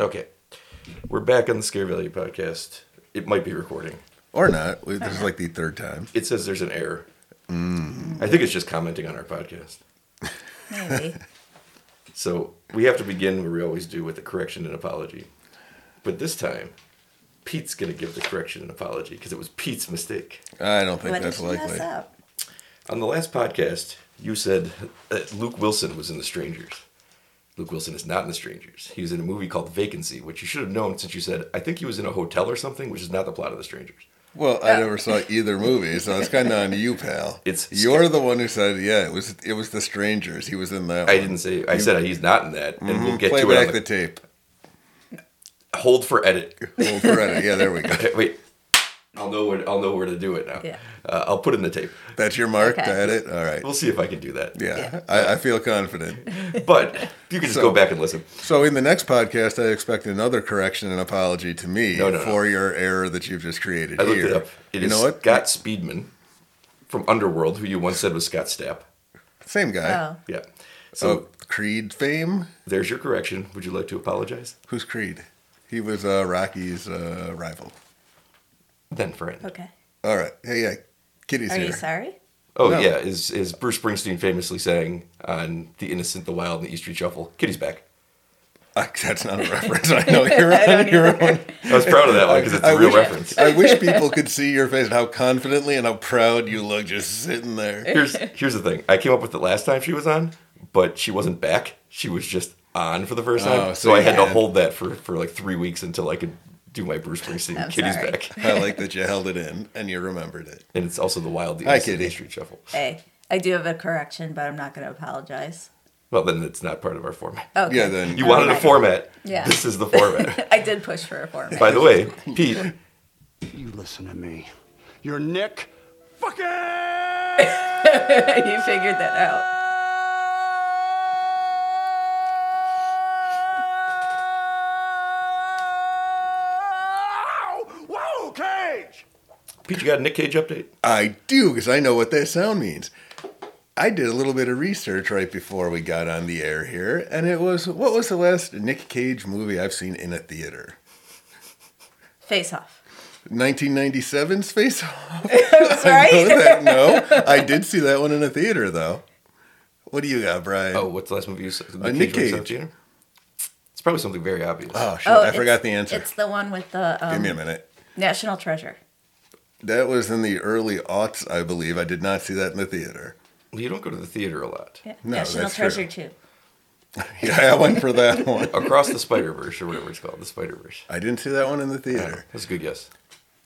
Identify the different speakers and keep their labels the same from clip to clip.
Speaker 1: Okay. We're back on the Scare Value podcast. It might be recording.
Speaker 2: Or not. We- This is like the third time.
Speaker 1: It says there's an error. I think it's just commenting on our podcast.
Speaker 3: Maybe.
Speaker 1: So we have to begin where we always do with a correction and apology. But this time, Pete's going to give the correction and apology because it was Pete's mistake.
Speaker 2: I don't think
Speaker 3: What did
Speaker 2: that's
Speaker 3: you mess
Speaker 2: likely.
Speaker 3: up?
Speaker 1: On the last podcast, you said that Luke Wilson was in The Strangers. Luke Wilson is not in The Strangers. He was in a movie called Vacancy, which you should have known since you said, I think he was in a hotel or something, which is not the plot of The Strangers.
Speaker 2: Well, I never saw either movie, so it's kind of on you, pal.
Speaker 1: It's-
Speaker 2: you're the one who said, "Yeah, it was it was the strangers." He was in that.
Speaker 1: I
Speaker 2: one.
Speaker 1: didn't say, I said he's not in that, and we'll get
Speaker 2: Mm-hmm. Play
Speaker 1: to it.
Speaker 2: back
Speaker 1: On
Speaker 2: the
Speaker 1: the,
Speaker 2: tape.
Speaker 1: hold for edit.
Speaker 2: Old credit. Yeah, there we go.
Speaker 1: Okay, wait. I'll know where I'll know where to do it now.
Speaker 3: Yeah.
Speaker 1: Uh, I'll put in the tape.
Speaker 2: That's your mark.
Speaker 3: Okay.
Speaker 2: to edit. All right.
Speaker 1: We'll see if I can do that.
Speaker 2: Yeah, I, I feel confident.
Speaker 1: But you can just
Speaker 2: So-
Speaker 1: go back and listen.
Speaker 2: So in the next podcast, I expect another correction and apology to me
Speaker 1: No, no, no.
Speaker 2: for your error that you've just created
Speaker 1: I
Speaker 2: here.
Speaker 1: looked it up. It is
Speaker 2: you know what?
Speaker 1: Scott Speedman from Underworld, who you once said was Scott Stapp.
Speaker 2: Same guy.
Speaker 3: Oh,
Speaker 1: Yeah. So
Speaker 2: So Creed fame.
Speaker 1: there's your correction. Would you like to apologize?
Speaker 2: Who's Creed? He was uh, Rocky's uh, rival.
Speaker 1: Then friend.
Speaker 3: okay.
Speaker 2: All right. Hey, yeah. Kitty's
Speaker 3: Are
Speaker 2: here.
Speaker 3: you sorry?
Speaker 1: Oh
Speaker 2: No.
Speaker 1: yeah, is is Bruce Springsteen famously sang on The Innocent, the Wild, and the East Street Shuffle. Kitty's back.
Speaker 2: I, that's not a reference. I know you're on your own.
Speaker 1: I was proud of that one because it's
Speaker 2: I
Speaker 1: a real
Speaker 2: wish-
Speaker 1: reference.
Speaker 2: I wish people could see your face and how confidently and how proud you look just sitting there.
Speaker 1: here's here's the thing. I came up with it last time she was on, but she wasn't back. She was just on for the first time.
Speaker 2: Oh,
Speaker 1: so
Speaker 2: so
Speaker 1: I
Speaker 2: you
Speaker 1: had to
Speaker 2: had-
Speaker 1: hold that for, for like three weeks until I could do my Bruce Springsteen
Speaker 3: I'm
Speaker 1: Kitty's
Speaker 3: sorry.
Speaker 1: back.
Speaker 2: I like that you held it in and you remembered it.
Speaker 1: And it's also the wild the
Speaker 2: Hi,
Speaker 1: Innocent, and
Speaker 2: Kitty.
Speaker 1: Street Shuffle.
Speaker 3: Hey, I do have a correction, but I'm not going to apologize.
Speaker 1: Well then it's not part of our format.
Speaker 3: Okay.
Speaker 2: Yeah, then
Speaker 1: You wanted a
Speaker 3: Okay.
Speaker 1: format.
Speaker 3: Yeah.
Speaker 1: This is the format.
Speaker 3: I did push for a format.
Speaker 1: By the way, Pete,
Speaker 4: You listen to me. You're Nick
Speaker 3: you figured that out.
Speaker 4: Wow! Wow, Cage!
Speaker 1: Pete, you got a Nick Cage update?
Speaker 2: I do because I know what that sound means. I did a little bit of research right before we got on the air here, and it was what was the last Nick Cage movie I've seen in a theater?
Speaker 3: Face off.
Speaker 2: 1997 Space I
Speaker 3: Sorry?
Speaker 2: know that. No, I did see that one in a theater though. What do you got, Brian?
Speaker 1: Oh, what's the last movie you saw?
Speaker 2: Nick
Speaker 1: when he saw
Speaker 2: Cage.
Speaker 1: Gina? It's probably something very obvious.
Speaker 2: Oh, shit,
Speaker 3: Oh,
Speaker 2: I
Speaker 3: it's-
Speaker 2: forgot the answer.
Speaker 3: It's the one with the
Speaker 2: Give me a
Speaker 3: um,
Speaker 2: minute.
Speaker 3: National Treasure.
Speaker 2: That was in the early aughts, I believe. I did not see that in the theater.
Speaker 1: you don't go to the theater a lot.
Speaker 3: Yeah.
Speaker 2: No,
Speaker 3: National
Speaker 2: that's true.
Speaker 3: Treasure 2.
Speaker 2: Yeah, I went for that one.
Speaker 1: Across the Spider Verse or whatever it's called, the Spider Verse.
Speaker 2: I didn't see that one in the theater.
Speaker 1: That's a good guess.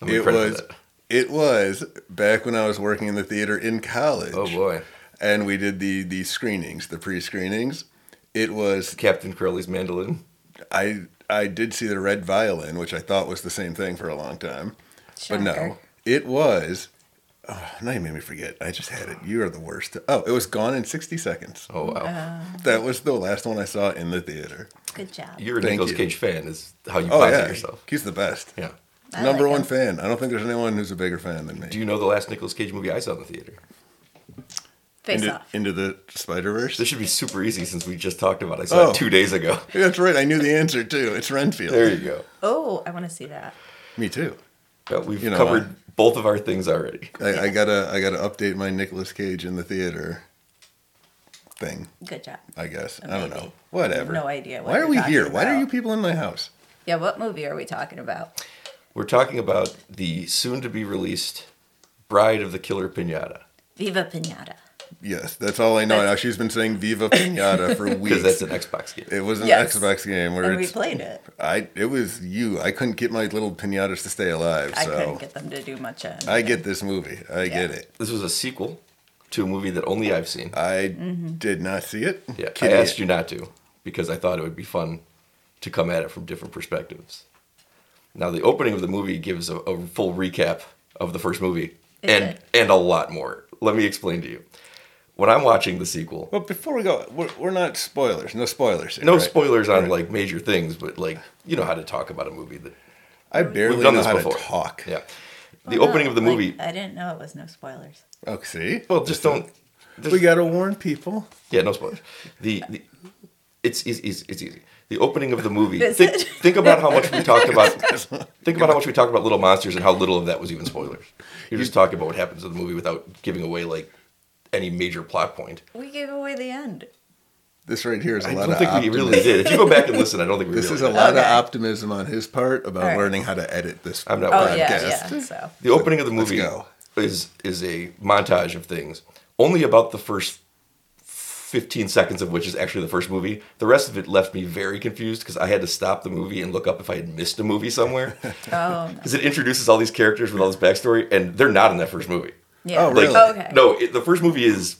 Speaker 1: I'm
Speaker 2: It
Speaker 1: impressed
Speaker 2: was
Speaker 1: with that.
Speaker 2: it was back when I was working in the theater in college.
Speaker 1: Oh boy.
Speaker 2: And we did the the screenings, the pre-screenings. It was
Speaker 1: Captain Crowley's mandolin.
Speaker 2: I I did see the red violin, which I thought was the same thing for a long time. But
Speaker 3: Shocker.
Speaker 2: no, it was oh, now you made me forget. I just had it. You are the worst. Oh, it was gone in 60 seconds.
Speaker 1: Oh wow.
Speaker 2: That was the last one I saw in the theater.
Speaker 3: Good job.
Speaker 1: You're a
Speaker 2: Thank
Speaker 1: Nicolas
Speaker 2: you.
Speaker 1: Cage fan is how you
Speaker 2: Oh
Speaker 1: posit
Speaker 2: yeah,
Speaker 1: yourself.
Speaker 2: he's the best.
Speaker 1: Yeah.
Speaker 3: I
Speaker 2: Number
Speaker 3: like
Speaker 2: one
Speaker 3: him.
Speaker 2: fan. I don't think there's anyone who's a bigger fan than me.
Speaker 1: Do you know the last Nicolas Cage movie I saw in the theater?
Speaker 3: Face
Speaker 2: into,
Speaker 3: off.
Speaker 2: into the Spider Verse.
Speaker 1: This should be super easy since we just talked about it. I saw
Speaker 2: Oh.
Speaker 1: it two days ago.
Speaker 2: That's right. I knew the answer too. It's Renfield.
Speaker 1: There you go.
Speaker 3: Oh, I want to see that.
Speaker 2: Me too.
Speaker 1: Well, we've
Speaker 2: You know,
Speaker 1: covered
Speaker 2: uh,
Speaker 1: both of our things already.
Speaker 2: I, I gotta I gotta update my Nicolas Cage in the theater thing.
Speaker 3: Good job.
Speaker 2: I guess I don't
Speaker 3: Maybe.
Speaker 2: know. Whatever.
Speaker 3: No idea what
Speaker 2: Why
Speaker 3: you're
Speaker 2: are we
Speaker 3: talking
Speaker 2: here? Why are
Speaker 3: about.
Speaker 2: you people in my house?
Speaker 3: Yeah, what movie are we talking about?
Speaker 1: We're talking about the soon to be released Bride of the Killer Pinata.
Speaker 3: Viva Pinata.
Speaker 2: Yes, that's all I know. Now
Speaker 3: That's-
Speaker 2: she's been saying "Viva Pinata" for weeks.
Speaker 1: Because that's an Xbox game.
Speaker 2: it was an
Speaker 3: Yes.
Speaker 2: Xbox game where
Speaker 3: And we
Speaker 2: it's
Speaker 3: played it.
Speaker 2: I it was you. I couldn't get my little pinatas to stay alive.
Speaker 3: I
Speaker 2: so
Speaker 3: couldn't get them to do much. of
Speaker 2: I
Speaker 3: anything.
Speaker 2: get this movie. I get it.
Speaker 1: This was a sequel to a movie that only I've seen.
Speaker 2: I
Speaker 3: Mm-hmm.
Speaker 2: did not see it.
Speaker 1: Yeah,
Speaker 2: Kitty,
Speaker 1: I asked you not to because I thought it would be fun to come at it from different perspectives. Now, the opening of the movie gives a, a full recap of the first movie
Speaker 3: Is
Speaker 1: and
Speaker 3: it?
Speaker 1: and a lot more. Let me explain to you. When I'm watching the sequel,
Speaker 2: Well, before we go, we're, we're not spoilers. No spoilers. here,
Speaker 1: no
Speaker 2: right?
Speaker 1: spoilers on like major things, but like you know how to talk about a movie that
Speaker 2: I
Speaker 1: we've
Speaker 2: barely
Speaker 1: done
Speaker 2: know
Speaker 1: this
Speaker 2: how
Speaker 1: before.
Speaker 2: to talk.
Speaker 1: Yeah, the
Speaker 3: Well,
Speaker 1: opening
Speaker 3: no,
Speaker 1: of the
Speaker 3: like, uh,
Speaker 1: movie.
Speaker 3: I didn't know it was no spoilers.
Speaker 2: Oh, see?
Speaker 1: well, just don't.
Speaker 2: we got to warn people.
Speaker 1: Yeah, no spoilers. The, the It's easy. It's, it's easy. The opening of the movie.
Speaker 3: Is
Speaker 1: Think,
Speaker 3: it?
Speaker 1: think about how much we talked about. Think about how much we talked about Little Monsters and how little of that was even spoilers. You're just talking about what happens in the movie without giving away like any major plot point.
Speaker 3: We gave away the end.
Speaker 2: This right here is a
Speaker 1: I
Speaker 2: lot
Speaker 1: don't
Speaker 2: of
Speaker 1: think we
Speaker 2: optimism.
Speaker 1: really did. If you go back and listen, I don't think we
Speaker 2: This
Speaker 1: really
Speaker 2: is a
Speaker 1: did.
Speaker 2: lot of
Speaker 3: Okay.
Speaker 2: optimism on his part about
Speaker 3: All right.
Speaker 2: learning how to edit this.
Speaker 1: I'm not
Speaker 3: Oh
Speaker 1: I
Speaker 3: yeah,
Speaker 2: guessed.
Speaker 3: yeah. So
Speaker 1: The opening of the
Speaker 2: let's
Speaker 1: movie
Speaker 2: go.
Speaker 1: is is a montage of things, only about the first 15 seconds of which is actually the first movie. The rest of it left me very confused because I had to stop the movie and look up if I had missed a movie somewhere.
Speaker 3: oh
Speaker 1: Because it introduces all these characters with all this backstory, and they're not in that first movie.
Speaker 3: yeah.
Speaker 2: Oh, really?
Speaker 3: Okay.
Speaker 1: No, it, the first movie is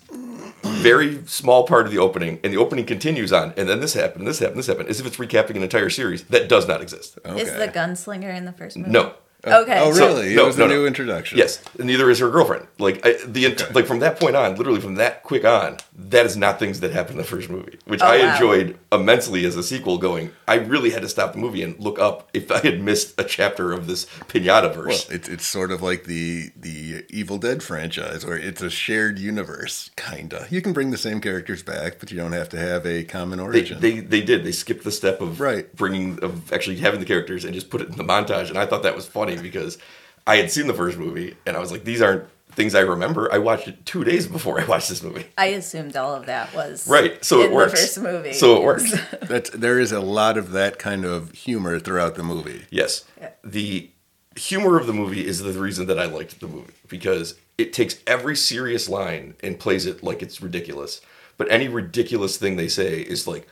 Speaker 1: very small part of the opening, and the opening continues on, and then this happened, this happened, this happened, as if it's recapping an entire series that does not exist.
Speaker 3: Is the gunslinger in the first movie?
Speaker 1: No.
Speaker 3: Okay.
Speaker 2: Oh,
Speaker 3: so-
Speaker 2: really?
Speaker 1: no,
Speaker 2: it was
Speaker 1: no,
Speaker 2: a new
Speaker 1: no.
Speaker 2: introduction.
Speaker 1: Yes, and neither is her girlfriend. Like I, the ent- like from that point on, literally from that quick on, that is not things that happen in the first movie, which
Speaker 3: Oh,
Speaker 1: I
Speaker 3: wow.
Speaker 1: enjoyed immensely as a sequel. Going, I really had to stop the movie and look up if I had missed a chapter of this pinata
Speaker 2: Well,
Speaker 1: verse.
Speaker 2: it's it's sort of like the the Evil Dead franchise, where it's a shared universe, kinda. You can bring the same characters back, but you don't have to have a common
Speaker 1: they,
Speaker 2: origin.
Speaker 1: they they did. They skipped the step of
Speaker 2: Right.
Speaker 1: bringing of actually having the characters and just put it in the montage. And I thought that was funny because I had seen the first movie and I was like, these aren't things I remember. I watched it two days before I watched this movie.
Speaker 3: I assumed all of that was
Speaker 1: Right, so
Speaker 3: in
Speaker 1: it works.
Speaker 3: The first movie.
Speaker 1: So it works.
Speaker 2: That's there is a lot of that kind of humor throughout the movie.
Speaker 1: Yes. The humor of the movie is the reason that I liked the movie because it takes every serious line and plays it like it's ridiculous. But any ridiculous thing they say is like,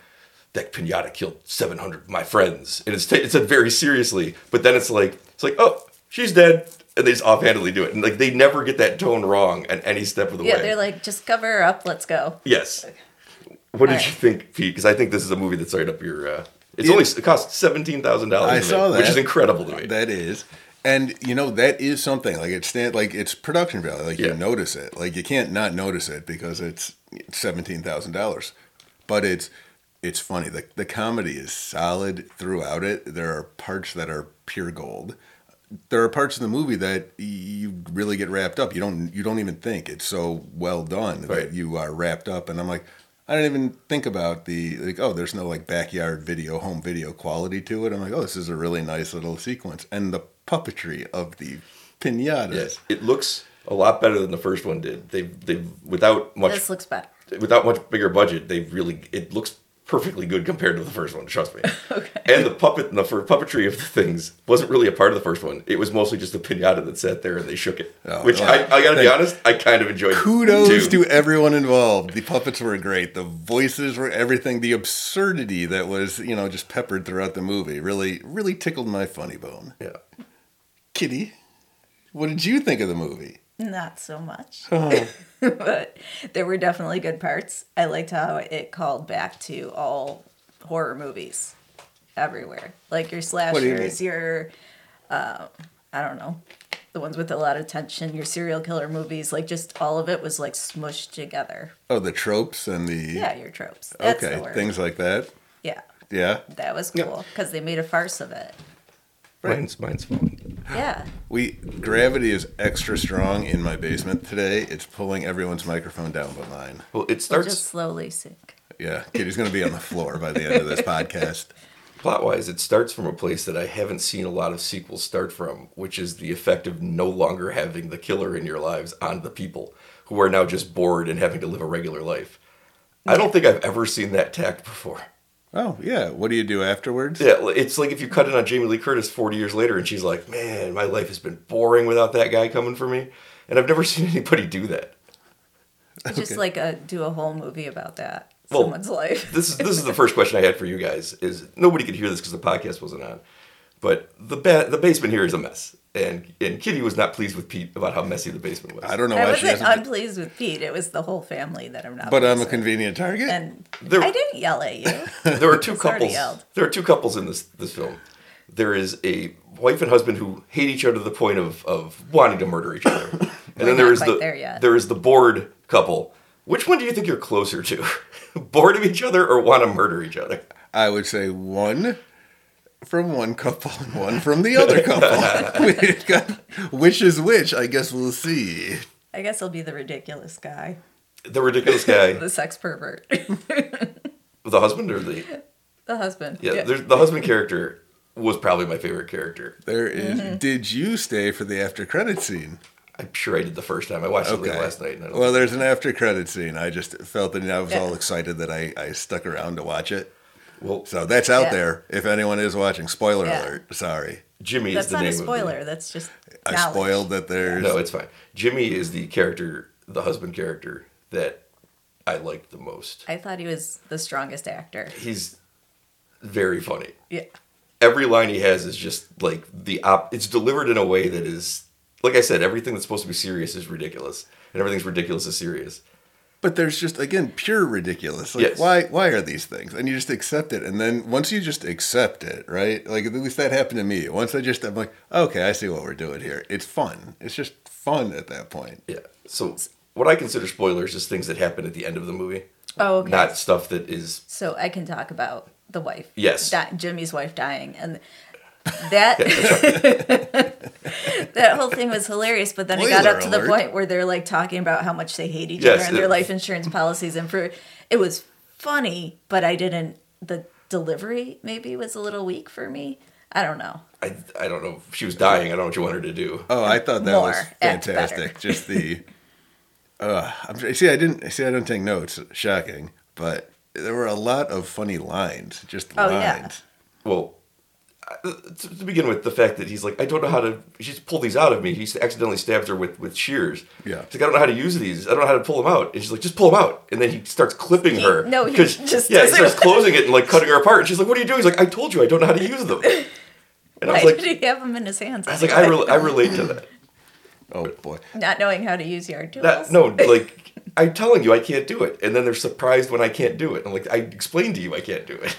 Speaker 1: that pinata killed 700 of my friends. And it's, ta it's said very seriously. But then it's like, it's like, oh, she's dead. And they just offhandedly do it. And like, they never get that tone wrong at any step of the
Speaker 3: yeah,
Speaker 1: way.
Speaker 3: they're like, just cover her up. Let's go.
Speaker 1: yes. What did
Speaker 3: All
Speaker 1: you
Speaker 3: right.
Speaker 1: think, Pete? Because I think this is a movie that's right up your. Uh, it's only it cost seventeen thousand dollars.
Speaker 2: I saw that.
Speaker 1: which is incredible to me.
Speaker 2: That is. And you know that is something like it's stand like it's production value. Like
Speaker 1: Yeah.
Speaker 2: you notice it. Like you can't not notice it because it's seventeen thousand dollars. But it's it's funny. The the comedy is solid throughout it. There are parts that are pure gold. There are parts of the movie that y- you really get wrapped up. You don't you don't even think it's so well done
Speaker 1: Right.
Speaker 2: that you are wrapped up. And I'm like. I didn't even think about the like. Oh, there's no like backyard video, home video quality to it. I'm like, oh, this is a really nice little sequence, and the puppetry of the pinatas.
Speaker 1: Yes, it looks a lot better than the first one did. They they without much
Speaker 3: This looks better.
Speaker 1: without much bigger budget, they really it looks perfectly good compared to the first one. Trust me. okay. And the puppet and the fur puppetry of the things wasn't really a part of the first one. It was mostly just a pinata that sat there and they shook it,
Speaker 2: Oh,
Speaker 1: which
Speaker 2: well,
Speaker 1: I, I gotta be
Speaker 2: thank-
Speaker 1: honest, I kind of enjoyed.
Speaker 2: Kudos
Speaker 1: too.
Speaker 2: to everyone involved. The puppets were great. The voices were everything. The absurdity that was, you know, just peppered throughout the movie really, really tickled my funny bone.
Speaker 1: yeah.
Speaker 2: Kitty, what did you think of the movie?
Speaker 3: Not so much. but there were definitely good parts. I liked how it called back to all horror movies everywhere. Like your
Speaker 2: do you
Speaker 3: slashers, your, uh, I don't know, the ones with a lot of tension, your serial killer movies. Like just all of it was like smushed together.
Speaker 2: Oh, the tropes and the
Speaker 3: Yeah, your tropes. That's the
Speaker 2: okay
Speaker 3: word.
Speaker 2: things like that.
Speaker 3: Yeah,
Speaker 2: Yeah,
Speaker 3: that was cool because they made a farce of it.
Speaker 1: Mine's mine's falling.
Speaker 3: Yeah.
Speaker 2: we gravity is extra strong in my basement today. It's pulling everyone's microphone down but mine.
Speaker 1: Well, it
Speaker 3: We'll
Speaker 1: starts
Speaker 3: just slowly sink.
Speaker 2: Yeah, Kitty's gonna be on the floor by the end of this podcast.
Speaker 1: plot wise, it starts from a place that I haven't seen a lot of sequels start from, which is the effect of no longer having the killer in your lives on the people who are now just bored and having to live a regular life. I don't think I've ever seen that tact before.
Speaker 2: Oh yeah, what do you do afterwards?
Speaker 1: Yeah, li- it's like if you cut in on Jamie Lee Curtis 40 years later and she's like, man, my life has been boring without that guy coming for me. And I've never seen anybody do that.
Speaker 3: Just like a do a whole movie about that.
Speaker 1: Well,
Speaker 3: Someone's life.
Speaker 1: this is this is the first question I had for you guys. Is nobody could hear this because the podcast wasn't on, but the ba- the basement here is a mess, and and Kitty was not pleased with Pete about how messy the basement was.
Speaker 2: I don't know
Speaker 3: I
Speaker 2: why she
Speaker 3: wasn't
Speaker 2: hasn't.
Speaker 3: unpleased with Pete. It was the whole family that I'm not.
Speaker 2: but um, I'm a
Speaker 3: pleased with.
Speaker 2: convenient target.
Speaker 3: And
Speaker 1: There-
Speaker 3: I didn't yell at you.
Speaker 1: there are two
Speaker 3: It's already
Speaker 1: couples.
Speaker 3: yelled.
Speaker 1: There are two couples in this this film. There is a wife and husband who hate each other to the point of of wanting to murder each other, and then there
Speaker 3: not
Speaker 1: is
Speaker 3: quite
Speaker 1: the
Speaker 3: there yet.
Speaker 1: there is the bored couple. Which one do you think you're closer to? bored of each other or want to murder each other?
Speaker 2: I would say one from one couple and one from the other couple. We've got which is which. I guess we'll see.
Speaker 3: I guess I'll be the ridiculous guy,
Speaker 1: The ridiculous guy.
Speaker 3: the sex pervert.
Speaker 1: the husband or the
Speaker 3: The husband.
Speaker 1: yeah, There's, the husband character was probably my favorite character.
Speaker 2: There is-
Speaker 3: Mm-hmm.
Speaker 2: Did you stay for the after credit scene?
Speaker 1: I'm sure I did the first time. I watched it late last night. And I don't
Speaker 2: Well, there's an after credit scene. I just felt that I was
Speaker 3: Yeah.
Speaker 2: all excited that I, I stuck around to watch it.
Speaker 1: well,
Speaker 2: So that's out
Speaker 3: Yeah.
Speaker 2: there. If anyone is watching, spoiler
Speaker 3: Yeah.
Speaker 2: alert. Sorry,
Speaker 1: Jimmy
Speaker 3: That's
Speaker 1: is the
Speaker 3: not
Speaker 1: name
Speaker 3: a
Speaker 1: of the-
Speaker 3: spoiler. That's just.
Speaker 2: I
Speaker 3: knowledge.
Speaker 2: spoiled that there's
Speaker 1: No, it's fine. Jimmy is the character, the husband character that I liked the most.
Speaker 3: I thought he was the strongest actor.
Speaker 1: He's very funny.
Speaker 3: Yeah.
Speaker 1: Every line he has is just like the op. It's delivered in a way that is, like I said, everything that's supposed to be serious is ridiculous, and everything's ridiculous is serious.
Speaker 2: But there's just again pure ridiculous. Like
Speaker 1: Yes.
Speaker 2: why why are these things? And you just accept it. And then once you just accept it, right? Like at least that happened to me. Once I just I'm like, okay, I see what we're doing here. It's fun. It's just fun at that point.
Speaker 1: Yeah. So what I consider spoilers is things that happen at the end of the movie,
Speaker 3: Oh, okay.
Speaker 1: not stuff that is.
Speaker 3: so I can talk about the wife.
Speaker 1: Yes.
Speaker 3: Di- Jimmy's wife dying. And that. that whole thing was hilarious. But then it got
Speaker 2: Spoiler
Speaker 3: up to the
Speaker 2: alert.
Speaker 3: point where they're like talking about how much they hate each
Speaker 1: Yes,
Speaker 3: other and
Speaker 1: it-
Speaker 3: their life insurance policies. And for. It was funny, but I didn't. The delivery maybe was a little weak for me. I don't know.
Speaker 1: I, I don't know. If she was dying. I don't know what you want her to do.
Speaker 2: Oh, I thought that was
Speaker 3: More. That's better.
Speaker 2: fantastic. Just the uh I'm, see I didn't see I don't take notes. Shocking. But there were a lot of funny lines. Just
Speaker 3: Oh, yeah.
Speaker 2: lines.
Speaker 1: well uh, to, to begin with the fact that he's like i don't know how to she's pulled these out of me he's accidentally stabbed her with with shears
Speaker 2: Yeah.
Speaker 1: he's like i don't know how to use these i don't know how to pull them out and she's like just pull them out and then he starts clipping
Speaker 3: He-
Speaker 1: her
Speaker 3: no, he
Speaker 1: 'cause-
Speaker 3: just
Speaker 1: yeah he
Speaker 3: doesn't-
Speaker 1: starts closing it and like cutting her apart and she's like what are you doing he's like i told you i don't know how to use them and i
Speaker 3: Why
Speaker 1: was like
Speaker 3: did he have them in his hands?
Speaker 1: i was like i, rel I relate to that
Speaker 2: Oh boy.
Speaker 3: Not knowing how to use yard tools.
Speaker 1: that no like i'm telling you i can't do it and then they're surprised when i can't do it i'm like i explained to you i can't do it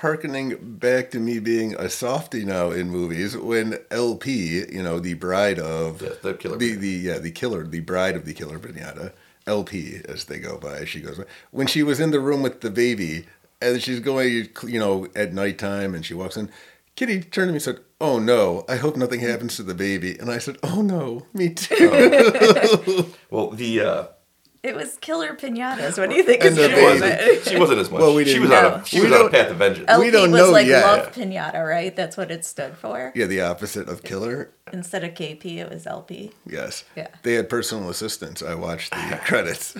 Speaker 2: hearkening back to me being a softie now in movies when LP, you know, the bride of
Speaker 1: Yeah, the killer
Speaker 2: the,
Speaker 1: pinata.
Speaker 2: the- yeah, the killer, the bride of the killer pinata, LP as they go by, she goes by. When she was in the room with the baby and she's going, you know, at nighttime and she walks in, Kitty turned to me and said, "Oh no, I hope nothing happens to the baby." And I said, "Oh no, me too."
Speaker 1: Oh. well the uh
Speaker 3: It was killer pinatas. What do you think
Speaker 2: And
Speaker 3: is
Speaker 2: the
Speaker 3: wrong
Speaker 1: she
Speaker 3: with
Speaker 2: baby.
Speaker 3: it?
Speaker 1: wasn't, she wasn't as much
Speaker 2: Well, we
Speaker 1: she
Speaker 2: didn't
Speaker 1: was on
Speaker 3: know.
Speaker 1: a she
Speaker 2: We
Speaker 1: was on a
Speaker 2: don't-
Speaker 1: path of vengeance
Speaker 3: LP
Speaker 2: don't
Speaker 3: was
Speaker 2: know
Speaker 3: like
Speaker 2: yet.
Speaker 3: love pinata, right? That's what it stood for.
Speaker 2: yeah, the opposite of killer.
Speaker 3: Instead of KP, it was LP.
Speaker 2: Yes.
Speaker 3: Yeah.
Speaker 2: They had personal assistants. I watched the credits.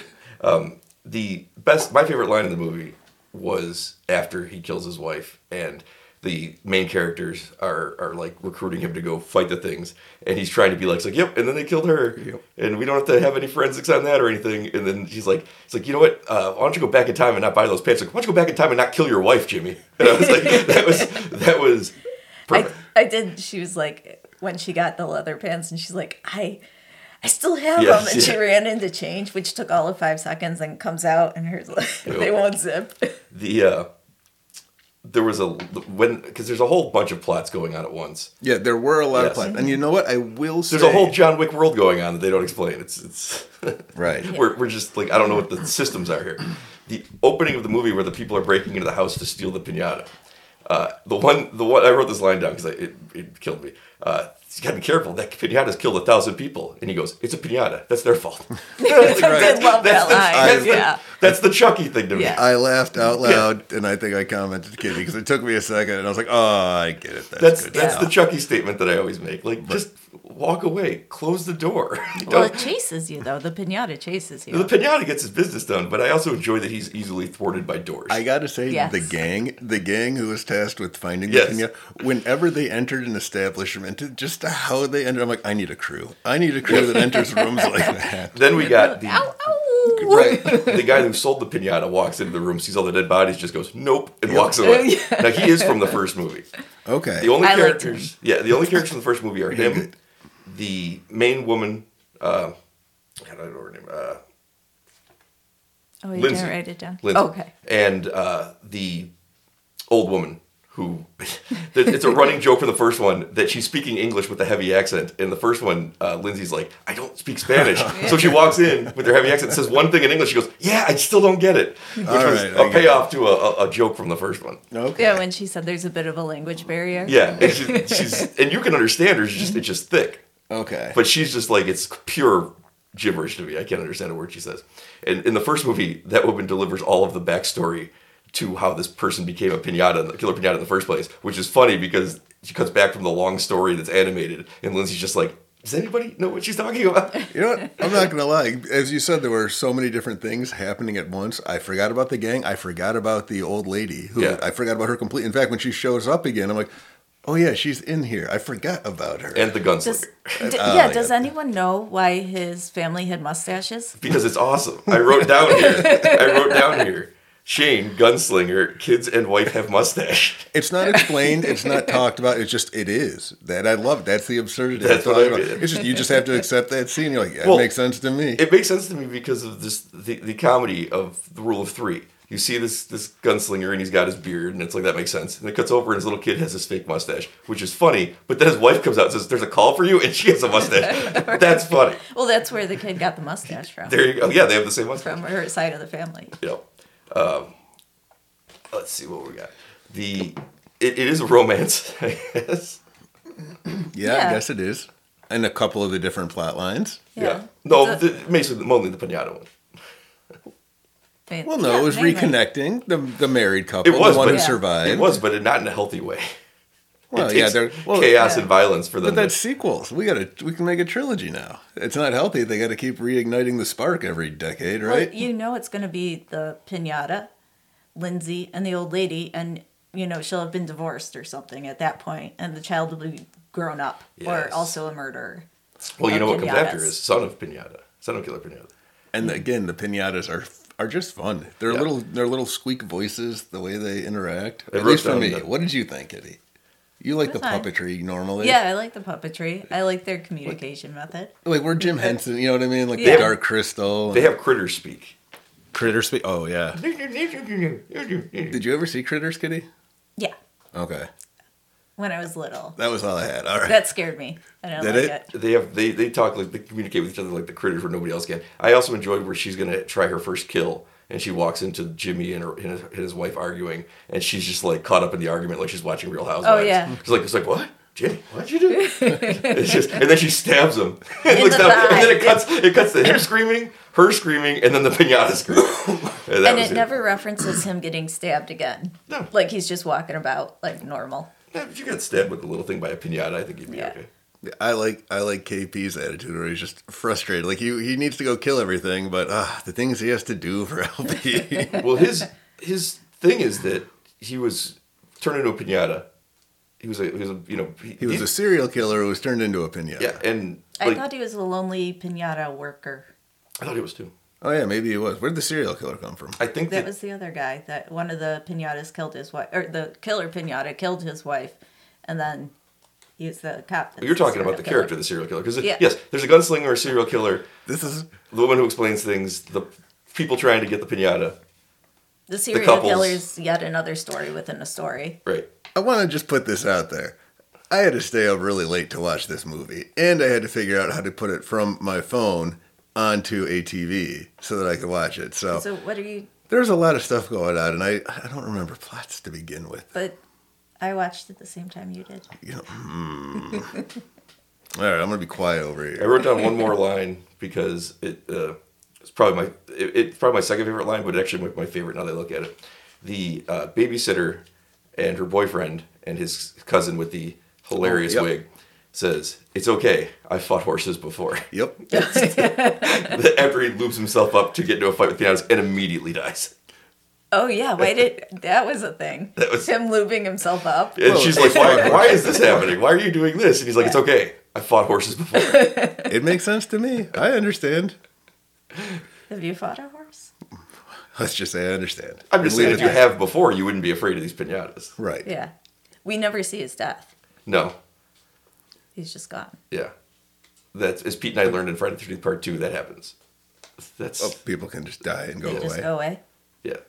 Speaker 1: the best my favorite line in the movie was after he kills his wife and the main characters are are like recruiting him to go fight the things and he's trying to be like, it's like yep and then they killed her
Speaker 2: Yep.
Speaker 1: and we don't have to have any forensics on that or anything and then he's like it's like you know what uh, why don't you go back in time and not buy those pants like why don't you go back in time and not kill your wife Jimmy and I was like that was that was
Speaker 3: I,
Speaker 1: perfect
Speaker 3: I did. She was like, when she got the leather pants, and she's like, I. I still have
Speaker 1: Yes,
Speaker 3: them, and she
Speaker 1: yeah.
Speaker 3: ran into change, which took all of five seconds, and comes out, and hers like, they won't zip.
Speaker 1: the uh there was a when because there's a whole bunch of plots going on at once
Speaker 2: Yeah, there were a lot
Speaker 1: Yes.
Speaker 2: of plots. And you know what? I will say
Speaker 1: there's a whole John Wick world going on that they don't explain it's it's
Speaker 2: right.
Speaker 1: We're, we're just like, I don't know what the systems are here. The opening of the movie where the people are breaking into the house to steal the pinata. Uh, the one, the one I wrote this line down because it, it killed me. Uh, you gotta be careful. That pinata's killed a thousand people, and he goes, "It's a pinata. That's their fault." That's
Speaker 3: I did love that
Speaker 1: the-
Speaker 3: line.
Speaker 1: that's the-
Speaker 3: yeah.
Speaker 1: that's the Chucky thing to me.
Speaker 3: Yeah.
Speaker 2: I laughed out loud, and I think I commented to Kitty because it took me a second, and I was like, "Oh, I get it. That's,
Speaker 1: That's
Speaker 2: good."
Speaker 1: that's
Speaker 3: Yeah.
Speaker 1: the Chucky statement that I always make. Like, just walk away, close the door. Don't-
Speaker 3: Well, it chases you though. The pinata chases you.
Speaker 1: the pinata gets his business done, but I also enjoy that he's easily thwarted by doors.
Speaker 2: I gotta say,
Speaker 3: Yes.
Speaker 2: the gang, the gang who was tasked with finding
Speaker 1: Yes.
Speaker 2: the pinata, whenever they entered an establishment, just how they entered, I'm like, I need a crew. I need a crew that enters rooms like that.
Speaker 1: then we got the
Speaker 3: Ow, ow.
Speaker 2: Right.
Speaker 1: the guy who sold the pinata walks into the room, sees all the dead bodies, just goes, "Nope," and walks away. Now he is from the first movie.
Speaker 2: Okay.
Speaker 1: The only
Speaker 3: I liked
Speaker 1: characters, yeah, the only characters from the first movie are him, the main woman. Uh, I don't know her name. Uh,
Speaker 3: Oh, you
Speaker 1: Lindsay.
Speaker 3: didn't write it down. Oh,
Speaker 1: Lindsay.
Speaker 3: Okay.
Speaker 1: And uh, the old woman who that- it's a running joke from the first one that she's speaking English with a heavy accent. In the first one, uh, Lindsay's like, I don't speak Spanish. so she walks in with her heavy accent, says one thing in English, she goes, Yeah, I still don't get it. Which
Speaker 2: All
Speaker 1: was
Speaker 2: right, I
Speaker 1: a
Speaker 2: get
Speaker 1: payoff to a, a, a joke from the first one.
Speaker 2: okay.
Speaker 3: Yeah, when she said there's a bit of a language barrier.
Speaker 1: Yeah. And, she, she's, and you can understand her, it's just, it's just thick.
Speaker 2: Okay.
Speaker 1: But she's just like it's pure gibberish to me. I can't understand a word she says. And in the first movie, that woman delivers all of the backstory to how this person became a pinata, a killer pinata in the first place, which is funny because she cuts back from the long story that's animated, and Lindsay's just like, does anybody know what she's talking about?
Speaker 2: You know what? I'm not gonna lie. As you said, there were so many different things happening at once. I forgot about the gang. I forgot about the old lady. Who
Speaker 1: Yeah.
Speaker 2: I forgot about her complete. In fact, when she shows up again, I'm like, oh yeah, she's in here. I forgot about her.
Speaker 1: And the gunslinger.
Speaker 3: Does, d-
Speaker 2: Oh, I
Speaker 3: yeah,
Speaker 2: like
Speaker 3: does
Speaker 2: it.
Speaker 3: anyone know why his family had mustaches?
Speaker 1: because it's awesome. I wrote down here. I wrote down here. Shane, gunslinger, kids and wife have mustache.
Speaker 2: it's not explained. it's not talked about. It's just it is that I love. That's the absurdity.
Speaker 1: That's
Speaker 2: all
Speaker 1: what I
Speaker 2: love.
Speaker 1: mean.
Speaker 2: It's just you just have to accept that scene. You're like, that
Speaker 1: Well,
Speaker 2: makes sense to me.
Speaker 1: It makes sense to me because of this the, the comedy of the rule of three. You see this this gunslinger and he's got his beard and it's like that makes sense. And it cuts over and his little kid has his fake mustache, which is funny. But then his wife comes out and says, "There's a call for you," and she has a mustache. That's funny.
Speaker 3: Well, that's where the kid got the mustache from.
Speaker 1: There you go. Yeah, they have the same mustache.
Speaker 3: From her side of the family.
Speaker 1: you know, um, let's see what we got. The it, it is a romance, I guess.
Speaker 2: yeah,
Speaker 3: yeah.
Speaker 2: I guess it is. And a couple of the different plot lines.
Speaker 1: Yeah. No,
Speaker 3: The-
Speaker 1: the, basically mainly the pinata one.
Speaker 3: I mean,
Speaker 2: Well, no,
Speaker 3: yeah,
Speaker 2: it was
Speaker 3: mainly.
Speaker 2: reconnecting the the married couple,
Speaker 1: It was
Speaker 2: the one
Speaker 1: but,
Speaker 2: who
Speaker 3: Yeah.
Speaker 2: survived.
Speaker 1: It was, but not in a healthy way.
Speaker 2: Well,
Speaker 1: it
Speaker 2: yeah,
Speaker 1: takes
Speaker 2: they're well,
Speaker 1: chaos
Speaker 3: yeah.
Speaker 1: and violence for them. to-
Speaker 2: But that's sequels. We gotta we can make a trilogy now. It's not healthy. They gotta keep reigniting the spark every decade,
Speaker 3: Well,
Speaker 2: right?
Speaker 3: you know it's going to be the pinata, Lindsay, and the old lady, and you know she'll have been divorced or something at that point, and the child will be grown up
Speaker 1: Yes.
Speaker 3: or also a murderer.
Speaker 1: well, you know what comes after
Speaker 3: pinatas.
Speaker 1: is son of pinata, son of killer pinata.
Speaker 2: and again, the pinatas are are just fun. They're
Speaker 1: Yeah.
Speaker 2: little their little squeak voices, the way they interact.
Speaker 1: I
Speaker 2: At
Speaker 1: wrote
Speaker 2: least for
Speaker 1: down
Speaker 2: me.
Speaker 1: that-
Speaker 2: What did you think, Kitty? You like the
Speaker 3: was fine.
Speaker 2: puppetry normally.
Speaker 3: Yeah, I like the puppetry. I like their communication method.
Speaker 2: Like we're Jim Henson, you know what I mean? Like
Speaker 3: Yeah.
Speaker 2: the dark crystal.
Speaker 1: They
Speaker 2: and
Speaker 1: have critters speak.
Speaker 2: critter speak. Oh yeah. Did you ever see critters, Kitty?
Speaker 3: Yeah,
Speaker 2: Okay.
Speaker 3: when I was little,
Speaker 2: That was all I had. All right.
Speaker 3: that scared me. I don't
Speaker 2: Did
Speaker 3: like
Speaker 2: it?
Speaker 3: it.
Speaker 1: They have they, they talk like they communicate with each other like the critters where nobody else can. I also enjoyed where she's gonna try her first kill and she walks into Jimmy and, her, and his- and his wife arguing and she's just like caught up in the argument like she's watching Real Housewives.
Speaker 3: Oh, yeah.
Speaker 1: She's like it's like what Jimmy what'd you do? it's just and then she stabs him. and,
Speaker 3: In
Speaker 1: looks
Speaker 3: the
Speaker 1: down, and then
Speaker 3: thigh.
Speaker 1: it cuts it cuts to him screaming, her screaming, and then the pinata screaming. And, that
Speaker 3: And
Speaker 1: was
Speaker 3: it never references him getting stabbed again.
Speaker 1: No.
Speaker 3: Like he's just walking about like normal.
Speaker 1: If you got stabbed with a little thing by a pinata, I think you'd be
Speaker 3: Yeah.
Speaker 1: okay.
Speaker 2: I like I like KP's attitude where he's just frustrated. Like he he needs to go kill everything, but uh, the things he has to do for LP.
Speaker 1: well, his his thing is that he was turned into a pinata. He was a, he was a you know
Speaker 2: he was a serial killer who was turned into a pinata.
Speaker 1: yeah, and
Speaker 3: I
Speaker 1: like,
Speaker 3: thought he was a lonely pinata worker.
Speaker 1: I thought it was too.
Speaker 2: Oh yeah, maybe he was. Where did the serial killer come from?
Speaker 1: I think that,
Speaker 3: That was the other guy that one of the pinatas killed his wife, or the killer pinata killed his wife, and then he was the cop. that's
Speaker 1: you're talking
Speaker 3: serial
Speaker 1: about the
Speaker 3: killer.
Speaker 1: character of the serial killer because
Speaker 3: Yeah.
Speaker 1: yes, there's a gunslinger, a serial killer,
Speaker 2: This is
Speaker 1: the woman who explains things, the people trying to get the pinata,
Speaker 3: The serial
Speaker 1: couples.
Speaker 3: killer's yet another story within a story.
Speaker 1: right?
Speaker 2: I want to just put this out there. I had to stay up really late to watch this movie, and I had to figure out how to put it from my phone onto a TV so that I could watch it.
Speaker 1: Oh.
Speaker 2: So,
Speaker 3: So what are you?
Speaker 2: there's a lot of stuff going on, and I I don't remember plots to begin with.
Speaker 3: But I watched at the same time you did.
Speaker 2: You know, hmm. All right, I'm gonna be quiet over here.
Speaker 1: I wrote down one more line because it uh, it's probably my it, it's probably my second favorite line, but it actually my, my favorite now that I look at it. The uh, babysitter and her boyfriend and his cousin with the hilarious
Speaker 2: Oh, yep.
Speaker 1: wig says, "It's okay. I fought horses before."
Speaker 2: Yep.
Speaker 1: After he loops himself up to get into a fight with Theonis and immediately dies,
Speaker 3: Oh yeah, why did that was a thing? That
Speaker 1: was-
Speaker 3: him lubing himself up.
Speaker 1: and
Speaker 2: Well,
Speaker 1: she's
Speaker 2: he
Speaker 1: like,
Speaker 2: fought
Speaker 1: why, "Why is this happening? Why are you doing this?" And he's like, "It's okay. I fought horses before."
Speaker 2: It makes sense to me. I understand.
Speaker 3: Have you fought a horse?
Speaker 2: Let's just say I understand.
Speaker 1: I'm just
Speaker 2: Leave
Speaker 1: saying,
Speaker 2: it
Speaker 1: if you
Speaker 2: there.
Speaker 1: have before, you wouldn't be afraid of these pinatas.
Speaker 2: Right.
Speaker 3: Yeah, we never see his death.
Speaker 1: No,
Speaker 3: He's just gone.
Speaker 1: Yeah. That's as Pete and I learned in Friday the thirteenth part two, that happens. That's
Speaker 2: Oh, people can just die and go
Speaker 3: They just
Speaker 2: away.
Speaker 3: go away.
Speaker 1: yeah.
Speaker 3: I,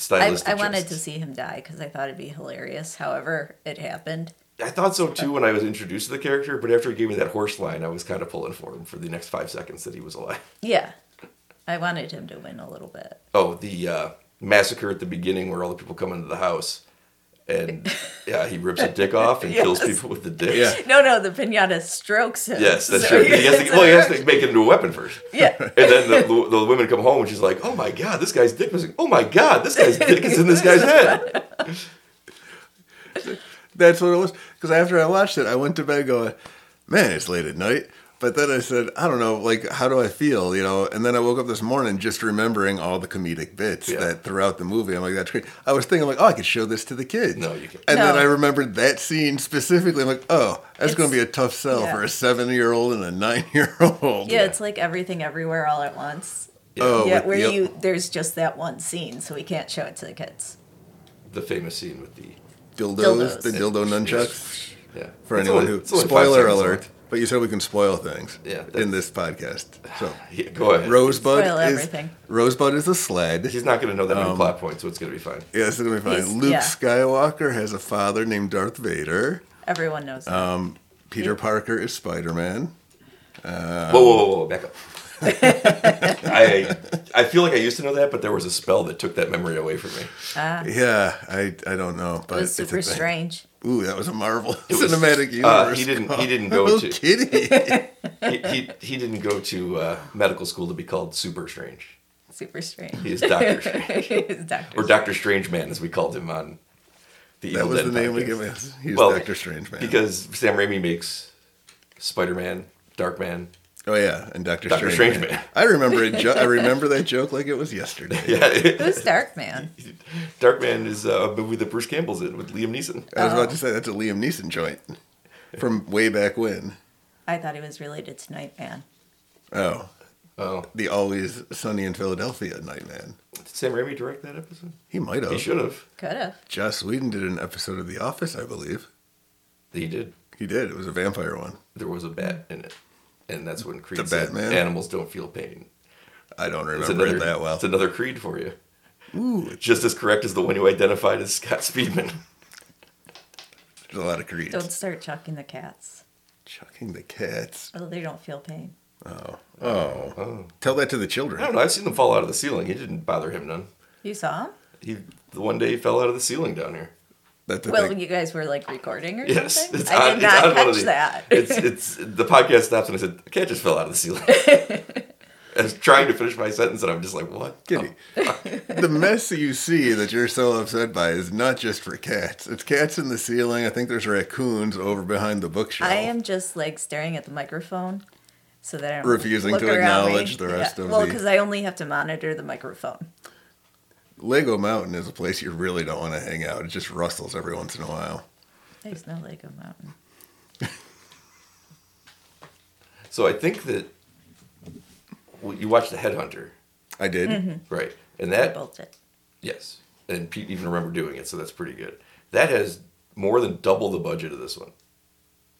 Speaker 1: Stylistic
Speaker 3: I wanted to
Speaker 1: choices.
Speaker 3: see him die because I thought it'd be hilarious. However, it happened.
Speaker 1: I thought so too when I was introduced to the character, but after he gave me that horse line, I was kind of pulling for him for the next five seconds that he was alive.
Speaker 3: Yeah, I wanted him to win a little bit.
Speaker 1: Oh, the uh, massacre at the beginning where all the people come into the house. and yeah, he rips a dick off and kills
Speaker 3: Yes.
Speaker 1: people with the dick.
Speaker 2: Yeah.
Speaker 3: No, no, the pinata strokes him.
Speaker 1: Yes, that's
Speaker 3: So
Speaker 1: true. He has to,
Speaker 3: it's a-
Speaker 1: well, he has to make it into a weapon first.
Speaker 3: Yeah.
Speaker 1: And then the, the, the women come home and she's like, "Oh my god, this guy's dick was. Oh my god, this guy's dick is in this guy's head."
Speaker 2: That's what it was. Because after I watched it, I went to bed going, man, it's late at night. But then I said, I don't know, like, how do I feel? You know, and then I woke up this morning just remembering all the comedic bits
Speaker 1: Yeah.
Speaker 2: that throughout the movie. I'm like, that's great. I was thinking, like, oh, I could show this to the kids.
Speaker 1: No, you can't.
Speaker 2: And then
Speaker 3: No.
Speaker 2: I remembered that scene specifically. I'm like, oh, that's
Speaker 3: It's-
Speaker 2: going to be a tough sell
Speaker 3: yeah.
Speaker 2: for a seven year old and a nine year old.
Speaker 3: Yeah, it's like everything everywhere all at once.
Speaker 2: Oh,
Speaker 3: yeah,
Speaker 2: with
Speaker 3: where
Speaker 2: the-
Speaker 3: you there's just that one scene, so we can't show it to the kids.
Speaker 1: The famous scene with the
Speaker 2: dildos,
Speaker 3: Dildos.
Speaker 2: the dildo nunchucks.
Speaker 1: yeah.
Speaker 2: For
Speaker 1: It's
Speaker 2: anyone
Speaker 1: only-
Speaker 2: who
Speaker 1: it's only five
Speaker 2: spoiler
Speaker 1: seconds
Speaker 2: alert,
Speaker 1: long.
Speaker 2: but you said we can spoil things.
Speaker 1: Yeah, that's-
Speaker 2: in this podcast. So
Speaker 1: Yeah, go ahead.
Speaker 2: Rosebud
Speaker 3: Spoil
Speaker 2: is
Speaker 3: everything.
Speaker 2: Rosebud is a sled.
Speaker 1: He's not going to know that
Speaker 2: Um,
Speaker 1: many plot points, so it's going to be fine.
Speaker 2: yeah, this is gonna be fine.
Speaker 3: He's-
Speaker 2: Luke
Speaker 3: yeah.
Speaker 2: Skywalker has a father named Darth Vader.
Speaker 3: Everyone knows.
Speaker 1: Oh,
Speaker 3: that.
Speaker 2: Peter Parker is Spider Man. um,
Speaker 1: whoa, whoa, whoa, whoa, back up. I I feel like I used to know that, but there was a spell that took that memory away from me.
Speaker 2: Yeah, I, I don't know,
Speaker 3: it
Speaker 2: but
Speaker 3: was
Speaker 2: it's a
Speaker 3: super
Speaker 2: thing.
Speaker 3: strange.
Speaker 2: Ooh, that was a Marvel
Speaker 1: was-
Speaker 2: cinematic universe.
Speaker 1: uh, he didn't- he
Speaker 2: call.
Speaker 1: didn't go
Speaker 2: No
Speaker 1: to-
Speaker 2: kidding.
Speaker 1: He he, he didn't go to uh, medical school to be called Super Strange.
Speaker 3: Super strange.
Speaker 1: He is Doctor Strange.
Speaker 3: He is Doctor
Speaker 1: or Doctor Strange Man, as we called him on the
Speaker 2: that
Speaker 1: Evil
Speaker 2: was
Speaker 1: Dead
Speaker 2: the name we
Speaker 1: podcast.
Speaker 2: gave him. He was
Speaker 1: Well,
Speaker 2: Doctor Strange Man.
Speaker 1: Because Sam Raimi makes Spider Man, Dark Man.
Speaker 2: oh yeah, and Doctor
Speaker 1: Dr.
Speaker 2: Strange.
Speaker 1: Strange Man.
Speaker 2: I remember it. Jo- I remember that joke like it was yesterday.
Speaker 1: Yeah,
Speaker 3: Who's Dark Man?
Speaker 1: Dark Man is uh, a movie that Bruce Campbell's in with Liam Neeson.
Speaker 2: I was about to say that's a Liam Neeson joint from way back when.
Speaker 3: I thought he was related to Nightman.
Speaker 2: Oh,
Speaker 1: Oh,
Speaker 2: the Always Sunny in Philadelphia Nightman.
Speaker 1: did Sam Raimi direct that episode?
Speaker 2: He might
Speaker 1: He
Speaker 2: have.
Speaker 1: should have.
Speaker 3: Could have.
Speaker 2: Joss Whedon did an episode of The Office, I believe.
Speaker 1: He did.
Speaker 2: He did. It was a vampire one.
Speaker 1: There was a bat in it, and that's when Creed
Speaker 2: The
Speaker 1: said,
Speaker 2: Batman?
Speaker 1: "Animals don't feel pain."
Speaker 2: I don't
Speaker 1: It's
Speaker 2: remember
Speaker 1: another
Speaker 2: it that well.
Speaker 1: It's another Creed for you.
Speaker 2: Ooh, it's
Speaker 1: Just as correct as the one you identified as Scott Speedman.
Speaker 2: there's a lot of creeds.
Speaker 3: Don't start chucking the cats.
Speaker 2: Chucking the cats.
Speaker 3: Oh, they don't feel pain.
Speaker 2: Oh.
Speaker 1: Oh.
Speaker 2: Tell that to the
Speaker 1: I
Speaker 3: Oh,
Speaker 2: children.
Speaker 1: don't know. I've seen them fall out of the ceiling. It didn't bother him none.
Speaker 3: You saw him?
Speaker 1: He the one day he fell out of the ceiling down here.
Speaker 2: That's the
Speaker 3: Well,
Speaker 2: thing.
Speaker 3: you guys were like recording or
Speaker 1: Yes,
Speaker 3: something.
Speaker 1: it's
Speaker 3: I
Speaker 1: on-
Speaker 3: did
Speaker 1: it's
Speaker 3: not
Speaker 1: on one of
Speaker 3: catch
Speaker 1: the-
Speaker 3: that.
Speaker 1: It's it's the podcast stops and I said, I can't just fell out of the ceiling. I was trying to finish my sentence and I'm just like, what? Oh,
Speaker 2: Kitty.
Speaker 3: Oh.
Speaker 2: the mess that you see that you're so upset by is not just for cats. It's cats in the ceiling. I think there's raccoons over behind the bookshelf.
Speaker 3: I am just like staring at the microphone so that I don't
Speaker 2: Refusing
Speaker 3: look
Speaker 2: to
Speaker 3: around me.
Speaker 2: acknowledge the rest of
Speaker 3: Well,
Speaker 2: the-
Speaker 3: because I only have to monitor the microphone.
Speaker 2: Lego Mountain is a place you really don't want to hang out. It just rustles every once in a while.
Speaker 3: There's no Lego Mountain.
Speaker 1: So I think that well, you watched The Headhunter,
Speaker 2: I did.
Speaker 3: Mm-hmm.
Speaker 1: right? And
Speaker 3: I
Speaker 1: that
Speaker 3: built it.
Speaker 1: yes, and Pete even remembered doing it, so that's pretty good. That has more than double the budget of this one,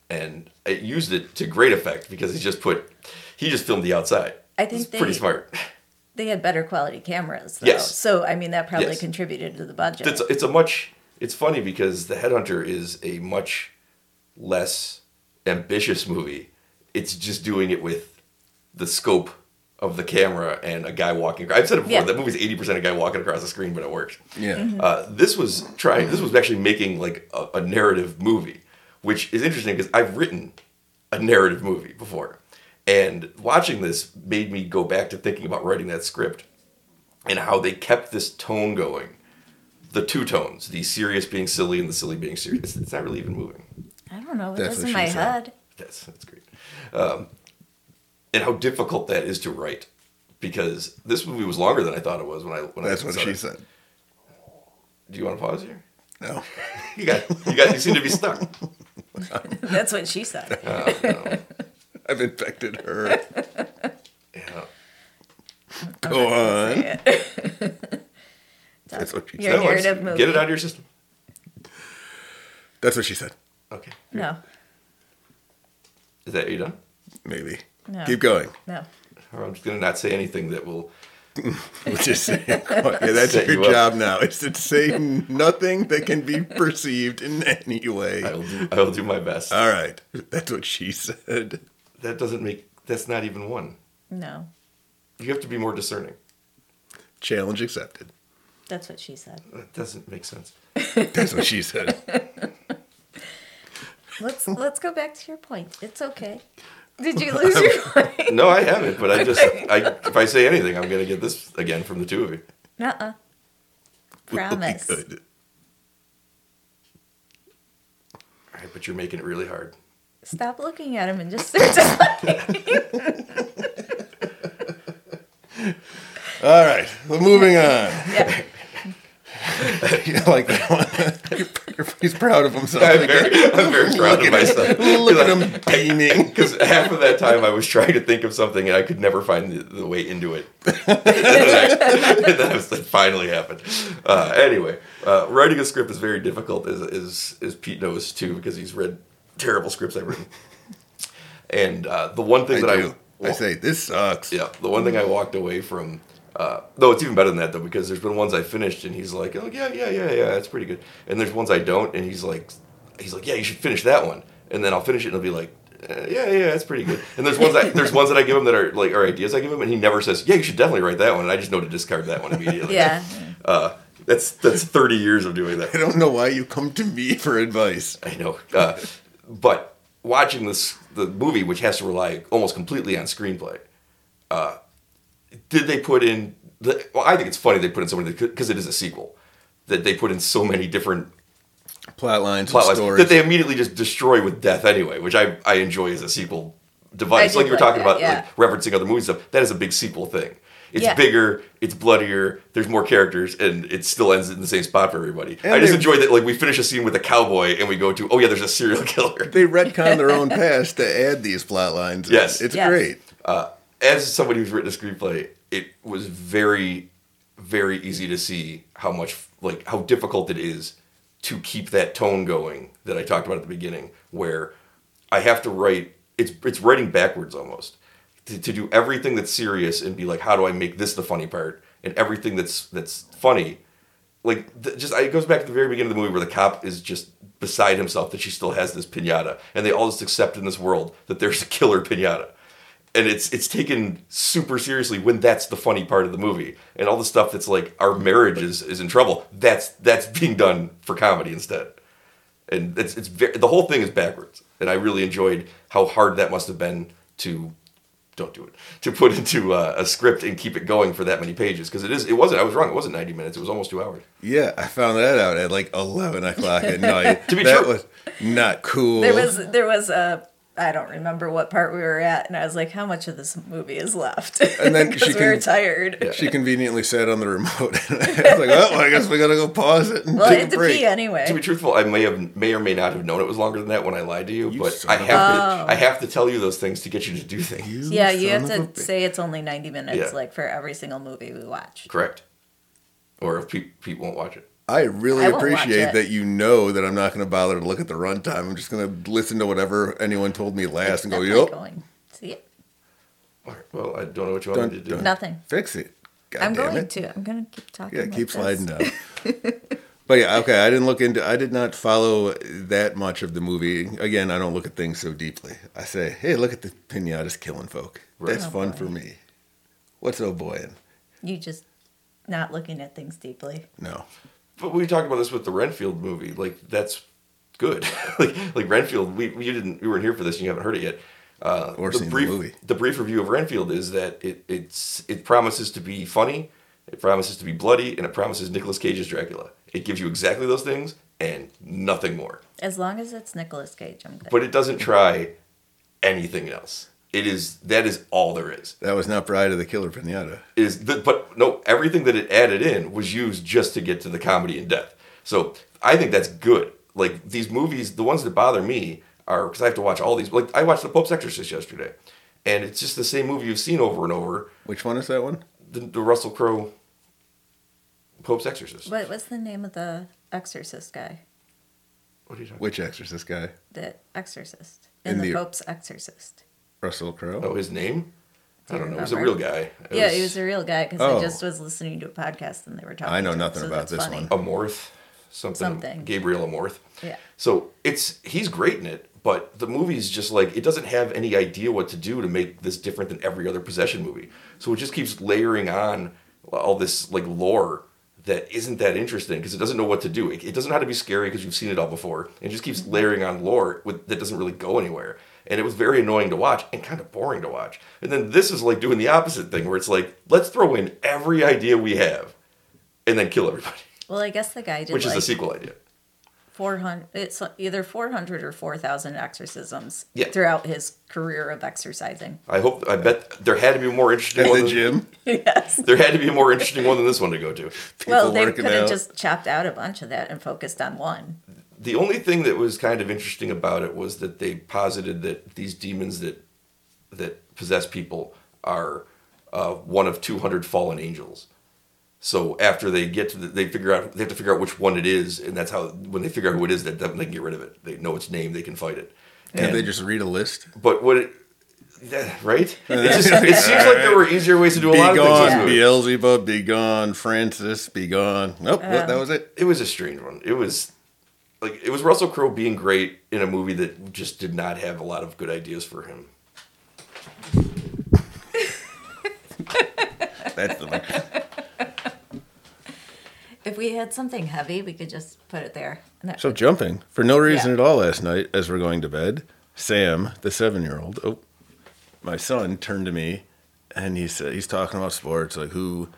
Speaker 1: and it used it to great effect because he just put he just filmed the outside.
Speaker 3: I think
Speaker 1: It's pretty
Speaker 3: they-
Speaker 1: smart.
Speaker 3: They had better quality cameras, though.
Speaker 1: Yes.
Speaker 3: So I mean, that probably
Speaker 1: Yes.
Speaker 3: contributed to the budget.
Speaker 1: it's it's a much it's funny because the headhunter is a much less ambitious movie it's just doing it with the scope of the camera and a guy walking i've said it before
Speaker 3: Yeah.
Speaker 1: that movie's 80% a guy walking across the screen but it works
Speaker 2: Yeah.
Speaker 3: Mm-hmm.
Speaker 1: uh, this was trying this was actually making like a, a narrative movie which is interesting because i've written a narrative movie before and watching this made me go back to thinking about writing that script and how they kept this tone going the two tones the serious being silly and the silly being serious it's not really even moving
Speaker 3: I don't know. It
Speaker 2: That's
Speaker 3: was
Speaker 2: what
Speaker 3: in
Speaker 2: she
Speaker 3: my
Speaker 2: said.
Speaker 3: head.
Speaker 1: that's that's great. Um, and how difficult that is to write because this movie was longer than I thought it was when I when
Speaker 2: That's
Speaker 1: I
Speaker 2: what
Speaker 1: saw
Speaker 2: she
Speaker 1: it.
Speaker 2: said.
Speaker 1: Do you want to pause here?
Speaker 2: No.
Speaker 1: You got you got you seem to be stuck.
Speaker 3: That's what she said.
Speaker 2: I've infected her.
Speaker 1: Yeah.
Speaker 2: Go on.
Speaker 3: Your
Speaker 2: That's what she
Speaker 3: Yeah.
Speaker 2: said.
Speaker 1: No, it's-
Speaker 3: narrative movie.
Speaker 1: Get it out of your system.
Speaker 2: That's what she said.
Speaker 1: Okay.
Speaker 3: No,
Speaker 1: Is that you done?
Speaker 2: Maybe.
Speaker 3: No.
Speaker 2: Keep going.
Speaker 3: no.
Speaker 1: Or I'm just gonna not say anything that will.
Speaker 2: We'll just say it quiet. yeah, that's
Speaker 1: Set
Speaker 2: your
Speaker 1: you up.
Speaker 2: job now. Is to say nothing that can be perceived in any way.
Speaker 1: I will do. I will do my best.
Speaker 2: All right. That's what she said.
Speaker 1: that doesn't make. That's not even one.
Speaker 3: No.
Speaker 1: You have to be more discerning.
Speaker 2: Challenge accepted.
Speaker 3: That's what she said.
Speaker 1: That doesn't make sense.
Speaker 2: That's what she said.
Speaker 3: Let's let's go back to your point. It's okay. Did you lose your point?
Speaker 1: No, I haven't. But I just, I, if I say anything, I'm gonna get this again from the two of you.
Speaker 3: Uh-uh. Promise.
Speaker 2: Really good.
Speaker 1: All right, but you're making it really hard.
Speaker 3: Stop looking at him and just start talking.
Speaker 2: All right, well, moving on.
Speaker 3: Yeah.
Speaker 2: you like that one? You're- you're- He's proud of himself.
Speaker 1: I'm very, I'm very proud of myself.
Speaker 2: Look at him beaming.
Speaker 1: Because half of that time I was trying to think of something and I could never find the, the way into it. and then I was like, finally happened. Uh, anyway, uh, writing a script is very difficult, as, as, as Pete knows too, because he's read terrible scripts I've written. And uh, the one thing
Speaker 2: I
Speaker 1: that
Speaker 2: do.
Speaker 1: I.
Speaker 2: I say this sucks.
Speaker 1: Yeah, the one thing I walked away from. Uh, no, it's even better than that though, because there's been ones I finished and he's like, "Oh yeah, yeah, yeah, yeah, that's pretty good." And there's ones I don't, and he's like, "He's like, yeah, you should finish that one." And then I'll finish it and he'll be like, "Uh, "Yeah, yeah, that's pretty good." And there's ones that there's ones that I give him that are like are ideas I give him, and he never says, "Yeah, you should definitely write that one." And I just know to discard that one immediately.
Speaker 3: Yeah.
Speaker 1: Uh, that's that's 30 years of doing
Speaker 2: I
Speaker 1: that.
Speaker 2: don't know why you come to me for advice.
Speaker 1: I know. Uh, but watching this the movie, which has to rely almost completely on screenplay, uh, did they put in? The, well, I think it's funny they put in so many because it is a sequel that they put in so many different
Speaker 2: Plot lines,
Speaker 1: plot
Speaker 2: and
Speaker 1: lines
Speaker 2: stories.
Speaker 1: that they immediately just destroy with death anyway, which I I enjoy as a sequel device.
Speaker 3: I
Speaker 1: Like you
Speaker 3: did
Speaker 1: were
Speaker 3: like
Speaker 1: talking
Speaker 3: that,
Speaker 1: about,
Speaker 3: yeah.
Speaker 1: like referencing other movies stuff. That is a big sequel thing. It's
Speaker 3: Yeah.
Speaker 1: bigger, it's bloodier. There's more characters, and it still ends in the same spot for everybody.
Speaker 2: And
Speaker 1: I just
Speaker 2: they-
Speaker 1: enjoy that. Like we finish a scene with a cowboy, and we go to oh yeah, there's a serial killer.
Speaker 2: they retcon their own past to add these plot lines. in.
Speaker 1: Yes.
Speaker 2: It's
Speaker 3: Yes.
Speaker 2: great.
Speaker 1: uh, as somebody who's written a screenplay, it was very, very easy to see how much like how difficult it is to keep that tone going that I talked about at the beginning, where I have to write it's it's writing backwards almost to, to do everything that's serious and be like, how do I make this the funny part, and everything that's that's funny. Like th- just I, it goes back to the very beginning of the movie where the cop is just beside himself that she still has this pinata, and they all just accept in this world that there's a killer pinata and it's it's taken super seriously when that's the funny part of the movie and all the stuff that's like our marriage is, is in trouble that's that's being done for comedy instead and it's it's very, the whole thing is backwards and i really enjoyed how hard that must have been to don't do it to put into uh, a script and keep it going for that many pages because it is it wasn't i was wrong it wasn't 90 minutes it was almost two hours
Speaker 2: Yeah, I found that out at like eleven o'clock at night.
Speaker 1: To be
Speaker 2: that
Speaker 1: sure.
Speaker 2: was not cool.
Speaker 3: There was there was a I don't remember what part we were at, and I was like, "How much of this movie is left?"
Speaker 2: And then
Speaker 3: 'Cause
Speaker 2: she
Speaker 3: we were
Speaker 2: can-
Speaker 3: tired.
Speaker 2: she conveniently sat on the remote. I was like, oh, I guess we gotta go pause it and
Speaker 3: Well, I
Speaker 2: take a
Speaker 3: had to
Speaker 2: break.
Speaker 3: pee anyway.
Speaker 1: To be truthful, I may have may or may not have known it was longer than that when I lied to you, but
Speaker 2: son
Speaker 1: I
Speaker 2: of a-
Speaker 1: have to I have to tell you those things to get you to do things.
Speaker 3: yeah, you have
Speaker 2: son of a
Speaker 3: to
Speaker 2: bi-
Speaker 3: say it's only ninety minutes,
Speaker 1: Yeah.
Speaker 3: like for every single movie we watch.
Speaker 1: Correct. Or if Pete, Pete won't watch it.
Speaker 2: I really
Speaker 3: I won't watch
Speaker 2: appreciate
Speaker 3: it.
Speaker 2: that you know that I'm not going to bother to look at the runtime. I'm just going to listen to whatever anyone told me last and go,
Speaker 3: Definitely
Speaker 2: Oh, "Yup,
Speaker 3: going. See it?
Speaker 1: All right, Well, I don't know what you want me to do.
Speaker 2: Dun, dun.
Speaker 3: Nothing.
Speaker 2: fix it." God
Speaker 3: I'm
Speaker 2: damn
Speaker 3: going
Speaker 2: it.
Speaker 3: to. I'm gonna keep talking.
Speaker 2: Yeah,
Speaker 3: like
Speaker 2: keep
Speaker 3: this.
Speaker 2: sliding down. but yeah, okay. I didn't look into. I did not follow that much of the movie. Again, I don't look at things so deeply. I say, hey, look at the pinatas killing folk. That's
Speaker 3: Oh,
Speaker 2: fun
Speaker 3: boy.
Speaker 2: for me. What's oh boy in?
Speaker 3: You just not looking at things deeply.
Speaker 2: No,
Speaker 1: But we talked about this with the Renfield movie. Like that's good. like like Renfield, we you didn't you weren't here for this and you haven't heard it yet. Uh,
Speaker 2: Or seen the
Speaker 1: brief,
Speaker 2: movie.
Speaker 1: brief review of Renfield is that it it's it promises to be funny, it promises to be bloody, and it promises Nicolas Cage's Dracula. It gives you exactly those things and nothing more.
Speaker 3: As long as it's Nicolas Cage, I'm good.
Speaker 1: But it doesn't try anything else. It is that is all there is.
Speaker 2: that was not Bride of the Killer Pinata.
Speaker 1: is the, but no everything that it added in was used just to get to the comedy and death so i think that's good like these movies the ones that bother me are because i have to watch all these like i watched the pope's exorcist yesterday and it's just the same movie you've seen over and over
Speaker 2: Which one is that one?
Speaker 1: the, the russell crowe pope's exorcist
Speaker 3: what was the name of the Exorcist guy?
Speaker 1: what are you talking
Speaker 2: Which Exorcist guy?
Speaker 3: The Exorcist in,
Speaker 2: In
Speaker 3: the,
Speaker 2: the-
Speaker 3: Pope's Exorcist.
Speaker 2: Russell Crowe.
Speaker 1: about oh his name
Speaker 3: Do
Speaker 1: i
Speaker 3: you
Speaker 1: don't know He's a
Speaker 3: remember?
Speaker 1: real guy It
Speaker 3: yeah, he was a real guy because I
Speaker 2: Oh.
Speaker 3: just was listening to a podcast and they were talking.
Speaker 2: I know
Speaker 3: to him,
Speaker 2: nothing
Speaker 3: so
Speaker 2: about
Speaker 3: that's
Speaker 2: this
Speaker 3: funny.
Speaker 2: one.
Speaker 1: Amorth, something,
Speaker 3: Something.
Speaker 1: Gabriel Amorth.
Speaker 3: Yeah.
Speaker 1: So it's he's great in it, but the movie's just like it doesn't have any idea what to do to make this different than every other possession movie. So it just keeps layering on all this like lore that isn't that interesting because it doesn't know what to do. It, it doesn't know how to be scary because you've seen it all before. It just keeps
Speaker 3: Mm-hmm.
Speaker 1: layering on lore with, that doesn't really go anywhere. And it was very annoying to watch and kind of boring to watch. And then this is like doing the opposite thing where it's like, let's throw in every idea we have and then kill everybody,
Speaker 3: Well, I guess the guy did
Speaker 1: which is
Speaker 3: like
Speaker 1: the sequel idea.
Speaker 3: 400, it's uh, either 400 or 4,000 exorcisms
Speaker 1: Yeah.
Speaker 3: throughout his career of exercising.
Speaker 1: I hope, I bet there had to be a more interesting
Speaker 2: In
Speaker 1: one.
Speaker 2: the
Speaker 1: Than,
Speaker 2: gym,
Speaker 3: yes.
Speaker 1: there had to be a more interesting one than this one to go to.
Speaker 2: people
Speaker 3: Well, they
Speaker 2: working
Speaker 3: could have
Speaker 2: out.
Speaker 3: just chopped out a bunch of that and focused on one.
Speaker 1: the only thing that was kind of interesting about it was that they posited that these demons that that possess people are uh, one of 200 fallen angels. So after they get to, the, they figure out they have to figure out which one it is, and that's how when they figure out who it is, that that- they can get rid of it. They know its name, they can fight it.
Speaker 2: Can't they just read a list?
Speaker 1: But what it that- right? It, just, it seems like there were easier ways to do a
Speaker 2: Uh,
Speaker 1: lot of
Speaker 2: Be
Speaker 1: things. in
Speaker 2: gone,
Speaker 1: this movie.
Speaker 2: Beelzebub, be gone, Francis, be gone. Nope,
Speaker 3: Uh.
Speaker 2: that- that was it.
Speaker 1: it was a strange one. It was like it was Russell Crowe being great in a movie that just did not have a lot of good ideas for him.
Speaker 2: That's the one.
Speaker 3: If we had something heavy, we could just put it there. And that-
Speaker 2: So jumping for no reason
Speaker 3: Yeah.
Speaker 2: at all last night as we're going to bed, Sam, the seven-year-old, oh, my son turned to me, and he said he's talking about sports, like who,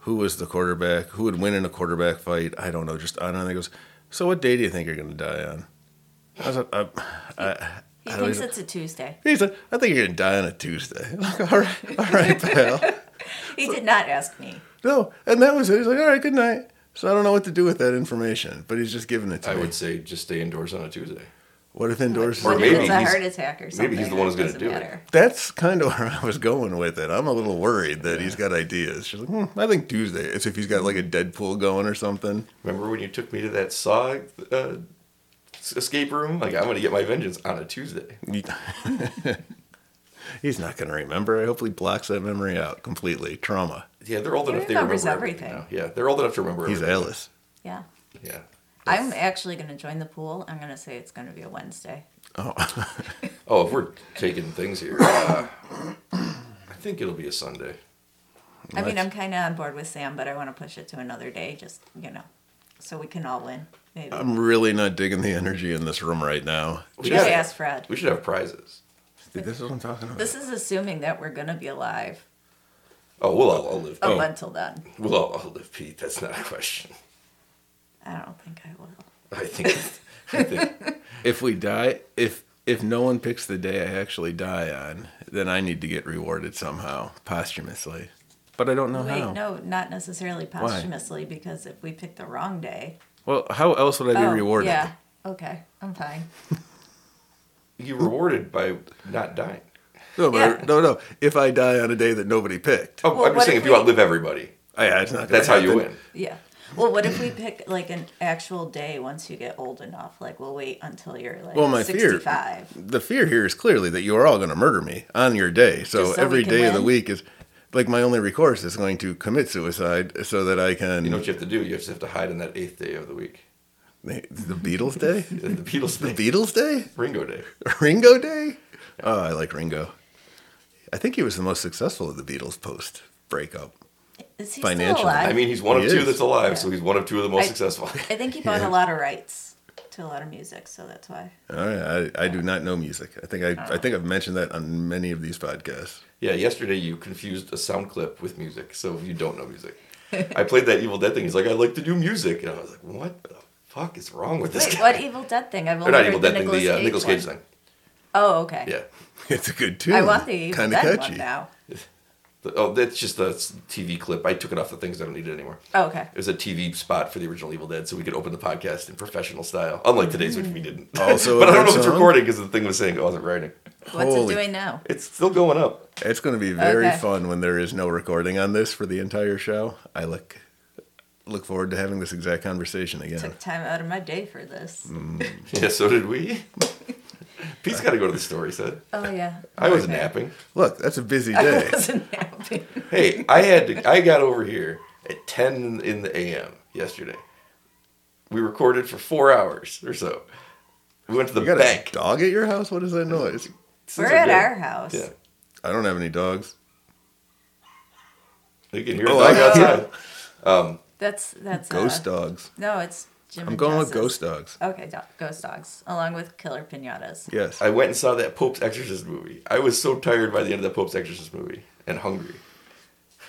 Speaker 2: who was the quarterback, who would win in a quarterback fight. I don't know, just on and on. He goes, so what day do you think you're going to die on? I was like, uh,
Speaker 3: he
Speaker 2: I
Speaker 3: thinks
Speaker 2: don't-
Speaker 3: it's a Tuesday.
Speaker 2: he said, I think you're going to die on a Tuesday. I'm like, all right, all right, pal.
Speaker 3: He did not ask me.
Speaker 2: No, and that was it. He's like, all right, good night. So I don't know what to do with that information, but he's just giving it to
Speaker 1: I
Speaker 2: me.
Speaker 1: would say just stay indoors on a Tuesday.
Speaker 2: what if indoors? is
Speaker 1: Or
Speaker 3: What
Speaker 2: okay?
Speaker 3: if
Speaker 1: maybe
Speaker 3: it's a
Speaker 1: he's-
Speaker 3: heart attack or something.
Speaker 1: maybe he's the one who's gonna
Speaker 3: doesn't
Speaker 1: do it.
Speaker 3: matter.
Speaker 2: That's kind of where I was going with it. I'm a little worried that he's got ideas. She's like, hmm, I think Tuesday. It's if he's got like a Deadpool going or something.
Speaker 1: Remember when you took me to that Saw uh, s- escape room? Like I'm gonna get my vengeance on a Tuesday.
Speaker 2: He- he's not going to remember. I hope he blocks that memory out completely. Trauma.
Speaker 1: Yeah, they're old enough. They remember
Speaker 3: remembers
Speaker 1: everything.
Speaker 3: everything.
Speaker 1: now. Yeah, they're old enough to remember.
Speaker 2: He's
Speaker 1: everything.
Speaker 2: Alice.
Speaker 3: Yeah.
Speaker 1: Yeah.
Speaker 3: I'm actually going to join the pool. I'm going to say it's going to be a Wednesday.
Speaker 1: Oh, if we're taking things here, uh, I think it'll be a Sunday.
Speaker 3: I mean,
Speaker 2: Nice.
Speaker 3: I'm kind of on board with Sam, but I want to push it to another day, just, you know, so we can all win. Maybe.
Speaker 1: Um,
Speaker 2: I'm really not digging the energy in this room right now.
Speaker 1: We
Speaker 3: we
Speaker 1: should,
Speaker 3: should
Speaker 1: have,
Speaker 3: ask Fred.
Speaker 1: we should have prizes.
Speaker 2: Dude, this is what I'm talking about.
Speaker 3: This is assuming that we're going to be alive
Speaker 1: Oh, we'll all, all live.
Speaker 3: up
Speaker 1: Oh,
Speaker 3: until then.
Speaker 1: we'll all, all live, Pete. That's not a question.
Speaker 3: I don't think I will.
Speaker 1: I think. I think
Speaker 2: If we die, if if no one picks the day I actually die on, then I need to get rewarded somehow posthumously. But I don't know
Speaker 3: Wait,
Speaker 2: how.
Speaker 3: no, not necessarily posthumously, because if we pick the wrong day,
Speaker 2: Well, how else would I be
Speaker 3: Oh,
Speaker 2: rewarded?
Speaker 3: Yeah. Okay, I'm fine.
Speaker 1: you rewarded by not dying.
Speaker 2: No, but
Speaker 3: Yeah.
Speaker 2: no, no. If I die on a day that nobody picked,
Speaker 1: Oh,
Speaker 3: Well,
Speaker 1: I'm
Speaker 3: what
Speaker 1: just saying,
Speaker 3: if
Speaker 1: if you
Speaker 3: we-
Speaker 1: outlive everybody,
Speaker 2: I, it's not. gonna
Speaker 1: that's how you
Speaker 2: happen.
Speaker 1: win.
Speaker 3: Yeah. Well, what if we pick like an actual day once you get old enough? Like we'll wait until you're like
Speaker 2: Well, my fear-
Speaker 3: 65.
Speaker 2: The fear here is clearly that you are all going to murder me on your day. So,
Speaker 3: Just so we
Speaker 2: every
Speaker 3: can
Speaker 2: day of the
Speaker 3: win?
Speaker 2: week is like my only recourse is going to commit suicide so that I can.
Speaker 1: You know what you have to do? You just have to hide on that eighth day of the week.
Speaker 2: the, the Beatles Day,
Speaker 1: The Beatles
Speaker 2: the
Speaker 1: thing.
Speaker 2: Beatles Day,
Speaker 1: Ringo Day.
Speaker 2: Ringo Day. Oh, I like Ringo. I think he was the most successful of the Beatles post breakup.
Speaker 3: Is he
Speaker 2: Financially.
Speaker 3: still alive?
Speaker 1: I mean, he's one
Speaker 2: He
Speaker 1: of two
Speaker 2: is.
Speaker 1: that's alive,
Speaker 3: Yeah.
Speaker 1: so he's one of two of the most
Speaker 3: I-
Speaker 1: successful.
Speaker 3: I think he bought a lot of rights to a lot of music, so that's why.
Speaker 2: All right, I, I do not know music. I think I, I think I've mentioned that on many of these podcasts.
Speaker 1: yeah, yesterday you confused a sound clip with music, so you don't know music. I played that Evil Dead thing. He's like, I like to do music. And I was like, what the fuck is wrong with this
Speaker 3: Wait,
Speaker 1: guy?
Speaker 3: what Evil Dead thing? I've
Speaker 1: Or
Speaker 3: only
Speaker 1: not
Speaker 3: heard
Speaker 1: Evil
Speaker 3: the
Speaker 1: Dead thing,
Speaker 3: Nicolas
Speaker 1: the uh,
Speaker 3: Cage
Speaker 1: Nicolas Cage
Speaker 3: one.
Speaker 1: thing.
Speaker 3: Oh, okay.
Speaker 1: Yeah.
Speaker 2: It's a good tune.
Speaker 3: I want the Evil
Speaker 2: Kinda
Speaker 3: Dead one now.
Speaker 1: The- Oh, that's just a s- TV clip. I took it off the things I don't need it anymore.
Speaker 3: Oh, okay.
Speaker 1: It was a TV spot for the original Evil Dead, so we could open the podcast in professional style, unlike today's, which we didn't.
Speaker 2: Also a
Speaker 1: but I don't
Speaker 2: good
Speaker 1: know if it's
Speaker 2: song.
Speaker 1: recording because the thing was saying it wasn't writing.
Speaker 3: What's
Speaker 2: Holy-
Speaker 3: it doing now?
Speaker 1: It's still going up.
Speaker 2: It's going to be very
Speaker 3: Okay.
Speaker 2: fun when there is no recording on this for the entire show. I look look forward to having this exact conversation again.
Speaker 3: Took time out of my day for this.
Speaker 1: Mm. Yeah, so did we. Pete's got to go to the store. He said,
Speaker 3: Oh yeah.
Speaker 1: "I was
Speaker 3: Okay.
Speaker 1: napping."
Speaker 2: Look, that's a busy
Speaker 3: I
Speaker 2: day.
Speaker 3: wasn't napping.
Speaker 1: Hey, I had to. I got over here at ten in the a.m. yesterday. We recorded for four hours or so. We went to the
Speaker 2: You got
Speaker 1: bank.
Speaker 2: a dog at your house? What is that noise?
Speaker 1: Since
Speaker 3: We're
Speaker 1: I
Speaker 3: at
Speaker 1: did.
Speaker 3: our house.
Speaker 1: Yeah,
Speaker 2: I don't have any dogs.
Speaker 1: you can hear a
Speaker 2: Oh,
Speaker 1: dog
Speaker 2: I-
Speaker 1: outside.
Speaker 3: That's that's uh,
Speaker 2: Ghost Dogs.
Speaker 3: No, it's Jim.
Speaker 2: I'm
Speaker 3: and
Speaker 2: going with
Speaker 3: Jess's.
Speaker 2: Ghost Dogs.
Speaker 3: Okay, do- ghost dogs, along with killer pinatas.
Speaker 2: Yes.
Speaker 1: I went and saw that Pope's Exorcist movie. I was so tired by the end of that Pope's Exorcist movie and hungry.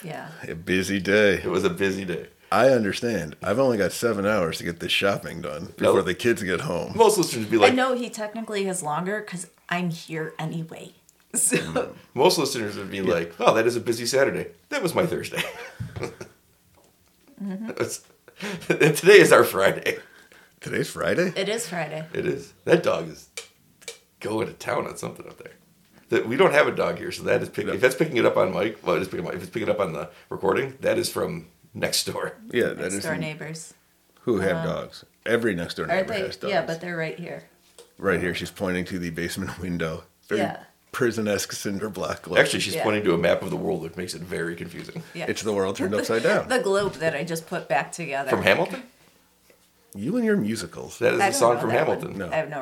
Speaker 3: Yeah,
Speaker 2: A busy day.
Speaker 1: It was a busy day.
Speaker 2: I understand. I've only got seven hours to get this shopping done before
Speaker 1: Nope.
Speaker 2: the kids get home.
Speaker 1: Most listeners would be like,
Speaker 3: I know he technically has longer because I'm here anyway.
Speaker 2: Mm.
Speaker 3: So
Speaker 1: most listeners would be like, oh, that is a busy Saturday. That was my Thursday.
Speaker 3: Mm-hmm.
Speaker 1: That's- Today is our Friday.
Speaker 2: Today's Friday?
Speaker 3: it is Friday.
Speaker 1: It is. That dog is going to town on something up there. That we don't have a dog here, so that is pick, if that's picking it up on Mike. Well, it is picking up, if it's picking up on the recording, that is from next door.
Speaker 2: Yeah, that
Speaker 3: Next
Speaker 2: is
Speaker 3: door neighbors.
Speaker 2: who have dogs. Every next door
Speaker 3: Are
Speaker 2: neighbor
Speaker 3: they?
Speaker 2: has dogs.
Speaker 3: Yeah, but they're right here.
Speaker 2: right here, she's pointing to the basement window. Very
Speaker 3: Yeah.
Speaker 2: prison-esque cinder block. Look.
Speaker 1: Actually, she's
Speaker 3: Yeah.
Speaker 1: pointing to a map of the world, which makes it very confusing.
Speaker 3: Yeah,
Speaker 2: it's the world turned upside down.
Speaker 3: the globe that I just put back together
Speaker 1: From Hamilton?
Speaker 2: you and your musicals.
Speaker 1: That is
Speaker 3: I
Speaker 1: a
Speaker 3: don't
Speaker 1: song
Speaker 3: know
Speaker 1: from
Speaker 3: that
Speaker 1: Hamilton.
Speaker 3: one.
Speaker 2: No.
Speaker 3: I have no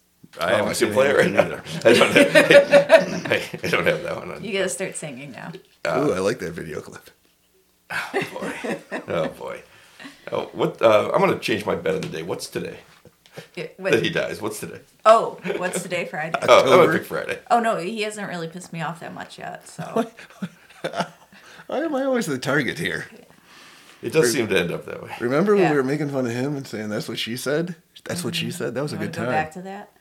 Speaker 2: I
Speaker 1: I
Speaker 2: haven't
Speaker 1: haven't
Speaker 2: seen
Speaker 1: seen play it right now.
Speaker 2: either.
Speaker 1: I don't have, I, I don't have that one on.
Speaker 3: You gotta start singing now.
Speaker 2: Ooh, I like that video clip.
Speaker 1: Oh boy. Oh, what? Uh, I'm gonna change my bet of the day. What's today?
Speaker 3: It-
Speaker 1: That he
Speaker 3: wait.
Speaker 1: dies. What's today?
Speaker 3: Oh, what's today, Friday?
Speaker 1: Oh, I'm
Speaker 2: October.
Speaker 1: gonna pick Friday.
Speaker 3: Oh no, he hasn't really pissed me off that much yet. So
Speaker 2: Why am I always the target here?
Speaker 1: It does seem to end up that way.
Speaker 2: Remember when
Speaker 3: Yeah.
Speaker 2: we were making fun of him and saying that's what she said? That's what she said. That was a
Speaker 3: we
Speaker 2: good
Speaker 3: go
Speaker 2: time.
Speaker 3: back
Speaker 2: Uh,
Speaker 3: to that.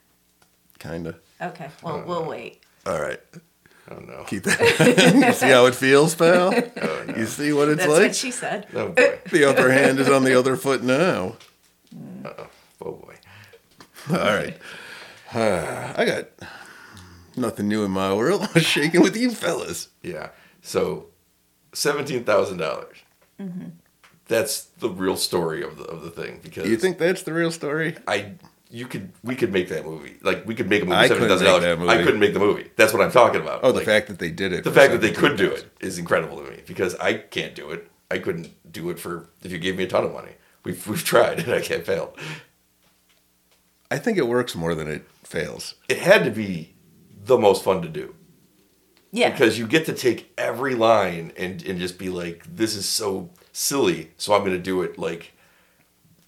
Speaker 2: Kinda.
Speaker 3: Okay, well we'll wait.
Speaker 2: All right.
Speaker 1: I don't know.
Speaker 2: Keep that. you see how it feels, pal? You see what it's
Speaker 3: Oh, That's
Speaker 2: like?
Speaker 3: what she said.
Speaker 1: Oh boy.
Speaker 2: the upper hand is on the other foot now.
Speaker 1: Oh boy.
Speaker 2: All right. Uh, I got nothing new in my world. I'm shaking with you fellas.
Speaker 1: Yeah. So, seventeen thousand dollars.
Speaker 3: Mm-hmm.
Speaker 1: That's the real story of the of the thing because
Speaker 2: You think that's the real story?
Speaker 1: I you could we could make that movie like we could make a movie
Speaker 2: I
Speaker 1: seventeen
Speaker 2: couldn't
Speaker 1: thousand
Speaker 2: make
Speaker 1: dollars.
Speaker 2: that
Speaker 1: I
Speaker 2: movie.
Speaker 1: couldn't make the movie. That's what I'm talking about.
Speaker 2: Oh, the
Speaker 1: Like,
Speaker 2: fact that they did it.
Speaker 1: the
Speaker 2: for
Speaker 1: fact that they could do
Speaker 2: 17,000.
Speaker 1: it is incredible to me because I can't do it. I couldn't do it for if you gave me a ton of money. We've we've tried and I can't fail.
Speaker 2: I think it works more than it fails.
Speaker 1: It had to be the most fun to do
Speaker 3: Yeah.
Speaker 1: because you get to take every line and and just be like, this is so silly, so I'm gonna do it like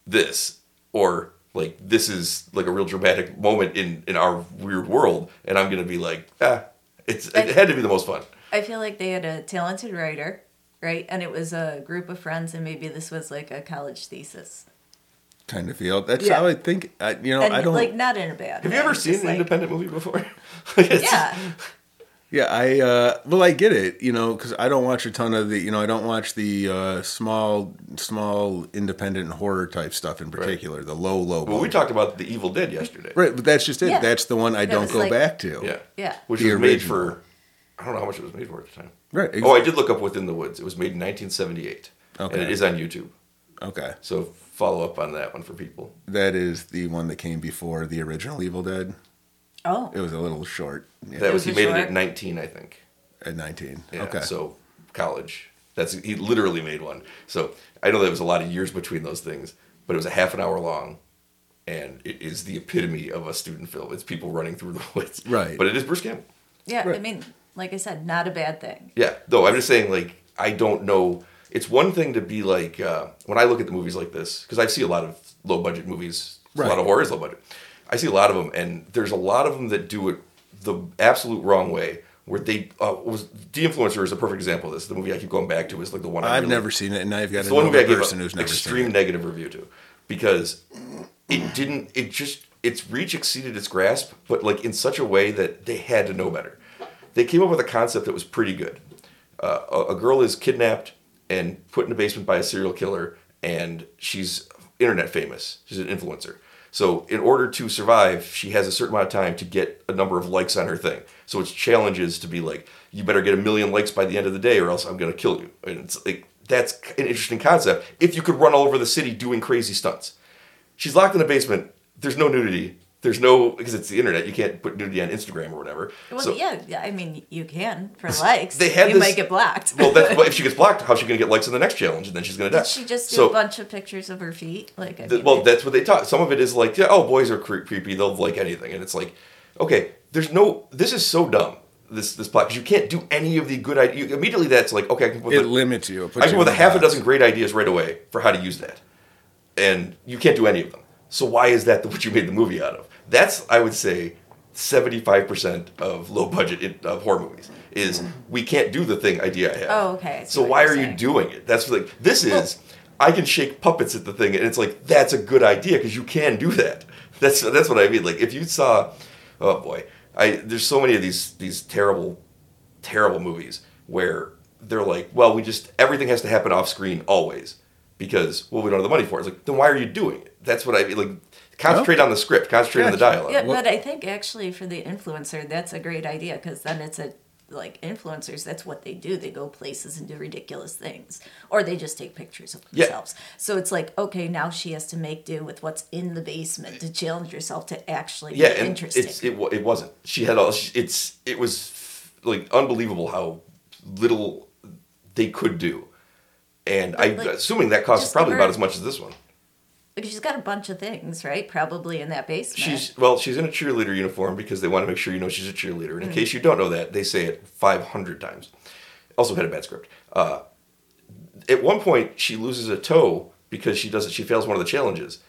Speaker 1: this or like this is like a real dramatic moment in in our weird world, and I'm gonna be like, ah, it's it had to be the most fun.
Speaker 3: I feel like they had a talented writer, right? And it was a group of friends, and maybe this was like a college thesis.
Speaker 2: Kind of feel. That's
Speaker 3: Yeah.
Speaker 2: how I think. I, you know,
Speaker 3: And
Speaker 2: I don't.
Speaker 3: like not in a bad.
Speaker 1: Have
Speaker 3: way,
Speaker 1: you ever
Speaker 3: just
Speaker 1: seen an
Speaker 3: like-
Speaker 1: independent movie before? It's-
Speaker 3: Yeah,
Speaker 2: Yeah, I uh, well, I get it, you know, because I don't watch a ton of the, you know, I don't watch the uh, small, small independent horror type stuff in particular, the low, low.
Speaker 1: Well, we
Speaker 2: budget.
Speaker 1: talked about the Evil Dead yesterday.
Speaker 2: right, but that's just it.
Speaker 3: Yeah.
Speaker 2: That's the one I
Speaker 3: That
Speaker 2: don't
Speaker 3: was
Speaker 2: go
Speaker 3: like-
Speaker 2: back to.
Speaker 1: Yeah.
Speaker 3: Yeah.
Speaker 1: Which
Speaker 2: The
Speaker 1: was made
Speaker 2: original.
Speaker 1: for, I don't know how much it was made for at the time.
Speaker 2: right.
Speaker 1: Oh, I did look up Within the Woods. It was made in 1978.
Speaker 2: Okay.
Speaker 1: And it is on YouTube.
Speaker 2: okay,
Speaker 1: So follow up on that one for people.
Speaker 2: that is the one that came before the original Evil Dead.
Speaker 3: Oh,
Speaker 2: It was a little short yeah,
Speaker 1: That was, he
Speaker 3: was
Speaker 1: made it
Speaker 3: short.
Speaker 1: at 19, I think.
Speaker 2: at nineteen.
Speaker 1: Yeah.
Speaker 2: okay,
Speaker 1: So college. That's he literally made one. So I know there was a lot of years between those things, but it was a half an hour long, and it is the epitome of a student film. It's people running through the woods.
Speaker 2: Right.
Speaker 1: But it is Bruce Campbell.
Speaker 3: yeah. I
Speaker 2: Right.
Speaker 3: mean, like I said, not a bad thing.
Speaker 1: Yeah, no, I'm just saying, like, I don't know. It's one thing to be like, uh, when I look at the movies like this, because I see a lot of low budget movies, a lot
Speaker 2: Right.
Speaker 1: of horror is low budget. I see a lot of them, and there's a lot of them that do it the absolute wrong way. Where they uh, was the influencer is a perfect example of this. The movie I keep going back to is like the one I
Speaker 2: I've
Speaker 1: really-
Speaker 2: never seen it, and I've got
Speaker 1: it's the one movie I
Speaker 2: another
Speaker 1: gave
Speaker 2: person
Speaker 1: a
Speaker 2: who's never
Speaker 1: extreme
Speaker 2: seen it.
Speaker 1: negative review to because it didn't. It just its reach exceeded its grasp, but like in such a way that they had to know better. They came up with a concept that was pretty good. Uh, a, a girl is kidnapped and put in a basement by a serial killer, and she's internet famous. She's an influencer. So in order to survive, she has a certain amount of time to get a number of likes on her thing. So it's challenges to be like, you better get a million likes by the end of the day, or else I'm gonna kill you. And it's like that's an interesting concept. If you could run all over the city doing crazy stunts, she's locked in a basement. There's no nudity. There's no because it's the internet. You can't put nudity on Instagram or whatever.
Speaker 3: Well,
Speaker 1: so,
Speaker 3: yeah, yeah. I mean, you can for likes.
Speaker 1: They had
Speaker 3: you
Speaker 1: this-
Speaker 3: might get blocked.
Speaker 1: Well, that's, well, if she gets blocked, how's she gonna get likes on the next challenge? And then she's gonna die.
Speaker 3: Did she just do
Speaker 1: so,
Speaker 3: a bunch of pictures of her feet? Like, I
Speaker 1: th-
Speaker 3: mean,
Speaker 1: well, that's what they taught. Some of it is like, yeah, oh, boys are cre- creepy. They'll like anything, and it's like, okay, there's no. This is so dumb. this this plot because you can't do any of the good ideas. Immediately, that's like okay, I can put
Speaker 2: It
Speaker 1: the-
Speaker 2: limits you. It puts
Speaker 1: I
Speaker 2: you
Speaker 1: come
Speaker 2: in
Speaker 1: with a
Speaker 2: the
Speaker 1: half a
Speaker 2: box.
Speaker 1: dozen great ideas right away for how to use that, and you can't do any of them. So why is that what you made the movie out of? That's I would say seventy five percent of low budget in, of horror movies is we can't do the thing idea I have.
Speaker 3: Oh, okay, I see
Speaker 1: So
Speaker 3: what
Speaker 1: why
Speaker 3: you're
Speaker 1: are you
Speaker 3: saying.
Speaker 1: doing it? That's like this is. I can shake puppets at the thing, and it's like that's a good idea because you can do that. That's that's what I mean. Like if you saw, oh boy, I there's so many of these these terrible terrible movies where they're like, well, we just everything has to happen off screen always because well, we don't have the money for it. It's like then why are you doing it? That's what I mean. Like concentrate on the script, concentrate on the
Speaker 2: Gotcha.
Speaker 1: dialogue.
Speaker 3: Yeah,
Speaker 2: Well-
Speaker 3: but I think actually for the influencer, that's a great idea because then it's a like influencers. That's what they do. They go places and do ridiculous things, or they just take pictures of
Speaker 1: Yeah.
Speaker 3: themselves. So it's like okay, now she has to make do with what's in the basement to challenge herself to actually
Speaker 1: yeah,
Speaker 3: be
Speaker 1: and
Speaker 3: interesting.
Speaker 1: it's it, wa- it wasn't. She had all. she- It's it was f- like unbelievable how little they could do, and I
Speaker 3: like,
Speaker 1: assuming that cost
Speaker 3: just
Speaker 1: probably
Speaker 3: give
Speaker 1: about
Speaker 3: her-
Speaker 1: as much as this one.
Speaker 3: Like, she's got a bunch of things, right? Probably in that basement.
Speaker 1: She's well, she's in a cheerleader uniform because they want to make sure you know she's a cheerleader.
Speaker 2: Mm.
Speaker 1: And in case you don't know that, they say it 500 times. Also had a bad script. Uh, at one point, she loses a toe because she doesn't. She fails one of the challenges.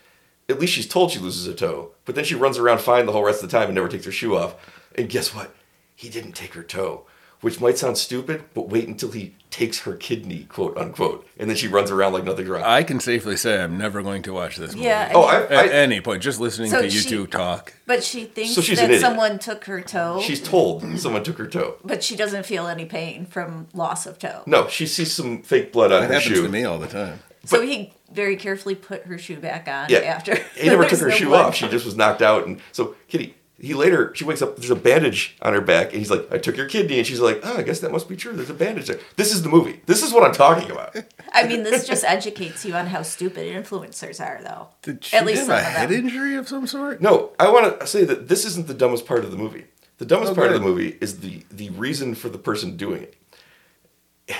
Speaker 1: At least she's told she loses a toe, but then she runs around fine the whole rest of the time and never takes her shoe off. And guess what? He didn't take her toe, which might sound stupid, but wait until he takes her kidney, quote unquote, and then she runs around like nothing's wrong.
Speaker 2: I can safely say I'm never going to watch this movie.
Speaker 3: yeah. I
Speaker 1: oh,
Speaker 3: mean,
Speaker 1: I,
Speaker 2: At
Speaker 1: I,
Speaker 2: any point, just listening
Speaker 3: So
Speaker 2: to you
Speaker 3: she-
Speaker 2: two talk.
Speaker 3: but she thinks
Speaker 1: So she's an
Speaker 3: that
Speaker 1: idiot.
Speaker 3: someone took her toe,
Speaker 1: she's told someone took her toe.
Speaker 3: but she doesn't feel any pain from loss of toe.
Speaker 1: No, she sees some fake blood on
Speaker 2: That
Speaker 1: her
Speaker 2: happens
Speaker 1: shoe.
Speaker 2: to me all the time.
Speaker 3: so he very carefully put her shoe back on
Speaker 1: Yeah.
Speaker 3: after.
Speaker 1: he never took
Speaker 3: There's
Speaker 1: her
Speaker 3: no
Speaker 1: shoe
Speaker 3: blood.
Speaker 1: off. She just was knocked out, and so Kitty. He later, she wakes up. There's a bandage on her back, and he's like, "I took your kidney," and she's like, "Oh, I guess that must be true. There's a bandage there." This is the movie. This is what I'm talking about.
Speaker 3: I mean, this just educates you on how stupid influencers are, though.
Speaker 2: Did she
Speaker 3: At
Speaker 2: have
Speaker 3: least some
Speaker 2: a
Speaker 3: of them.
Speaker 2: head injury of some sort?
Speaker 1: No, I want to say that this isn't the dumbest part of the movie. The dumbest
Speaker 2: Oh,
Speaker 1: part of
Speaker 2: good.
Speaker 1: the movie is the the reason for the person doing it.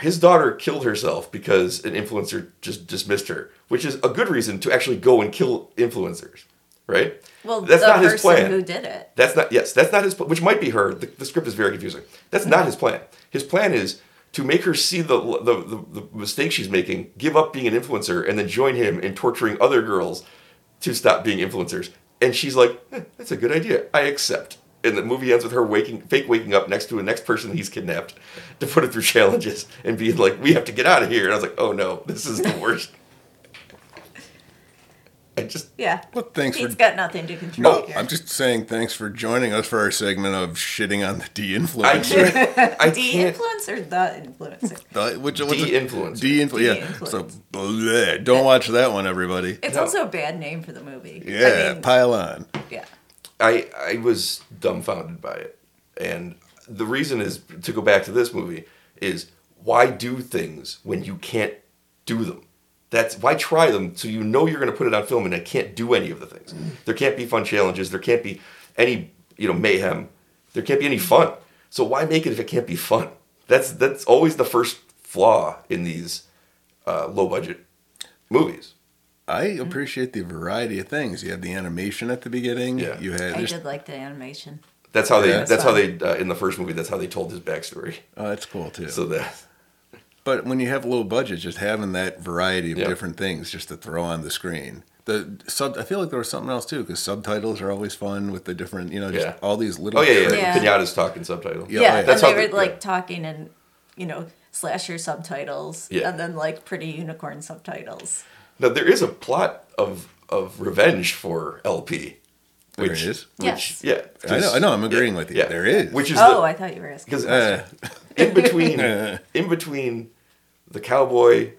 Speaker 1: His daughter killed herself because an influencer just dismissed her, which is a good reason to actually go and kill influencers, right?
Speaker 3: Well, the person who did it.
Speaker 1: That's not yes. That's not his. pl- Which might be her. The, the script is very confusing. That's not his plan. His plan is to make her see the the, the the mistake she's making, give up being an influencer, and then join him in torturing other girls to stop being influencers. And she's like, "Eh, "That's a good idea. I accept." And the movie ends with her waking, fake waking up next to a next person he's kidnapped to put her through challenges and being like, "We have to get out of here." And I was like, "Oh no, this is the worst." I just
Speaker 3: Yeah.
Speaker 2: Well, thanks for-
Speaker 3: Pete's got nothing to control
Speaker 2: No,
Speaker 3: here.
Speaker 2: I'm just saying thanks for joining us for our segment of shitting on the
Speaker 1: I
Speaker 2: de-influencer.
Speaker 1: can't. I
Speaker 3: the
Speaker 1: can't.
Speaker 3: influencer, the influencer.
Speaker 2: Uh, which- what's it?
Speaker 1: De-influencer.
Speaker 2: De-influ- yeah.
Speaker 3: De-influencer.
Speaker 2: So bleh, don't watch that one, everybody.
Speaker 3: It's
Speaker 1: No.
Speaker 3: also a bad name for the movie. I
Speaker 2: Yeah,
Speaker 3: mean,
Speaker 2: pile on.
Speaker 3: yeah.
Speaker 1: I I was dumbfounded by it, and the reason is to go back to this movie is why do things when you can't do them? That's why try them so you know you're going to put it on film, and I can't do any of the things. There can't be fun challenges. There can't be any you know mayhem. There can't be any fun. So why make it if it can't be fun? That's that's always the first flaw in these uh, low budget movies.
Speaker 2: I
Speaker 3: Mm-hmm.
Speaker 2: appreciate the variety of things. You had the animation at the beginning.
Speaker 1: Yeah.
Speaker 2: You had.
Speaker 3: I
Speaker 2: there's-
Speaker 3: did like the animation.
Speaker 1: That's how they.
Speaker 2: Yeah.
Speaker 1: that's how they uh, in the first movie. That's how they told his backstory.
Speaker 2: Oh, that's cool too.
Speaker 1: So that
Speaker 2: But when you have low budget, just having that variety of
Speaker 1: Yeah.
Speaker 2: different things just to throw on the screen. The sub, I feel like there was something else too because subtitles are always fun with the different, you know, just
Speaker 1: Yeah.
Speaker 2: all these little.
Speaker 1: Oh yeah, yeah. yeah.
Speaker 3: Yeah.
Speaker 1: Pinata's talking subtitle.
Speaker 2: Yeah,
Speaker 3: Yeah,
Speaker 2: oh, yeah.
Speaker 3: and
Speaker 1: That's
Speaker 3: they
Speaker 1: how
Speaker 3: were
Speaker 1: the-
Speaker 3: like
Speaker 1: yeah.
Speaker 3: talking and, you know, slasher subtitles
Speaker 1: Yeah.
Speaker 3: and then like pretty unicorn subtitles.
Speaker 1: Now there is a plot of of revenge for LP.
Speaker 2: There
Speaker 1: Which,
Speaker 2: is?
Speaker 1: Which,
Speaker 3: Yes.
Speaker 1: Yeah.
Speaker 2: I know, I know. I'm agreeing with you.
Speaker 1: Yeah.
Speaker 2: There is.
Speaker 1: Which is
Speaker 3: Oh,
Speaker 1: the,
Speaker 3: I thought you were asking.
Speaker 1: because
Speaker 2: Uh,
Speaker 1: in between in between the cowboy,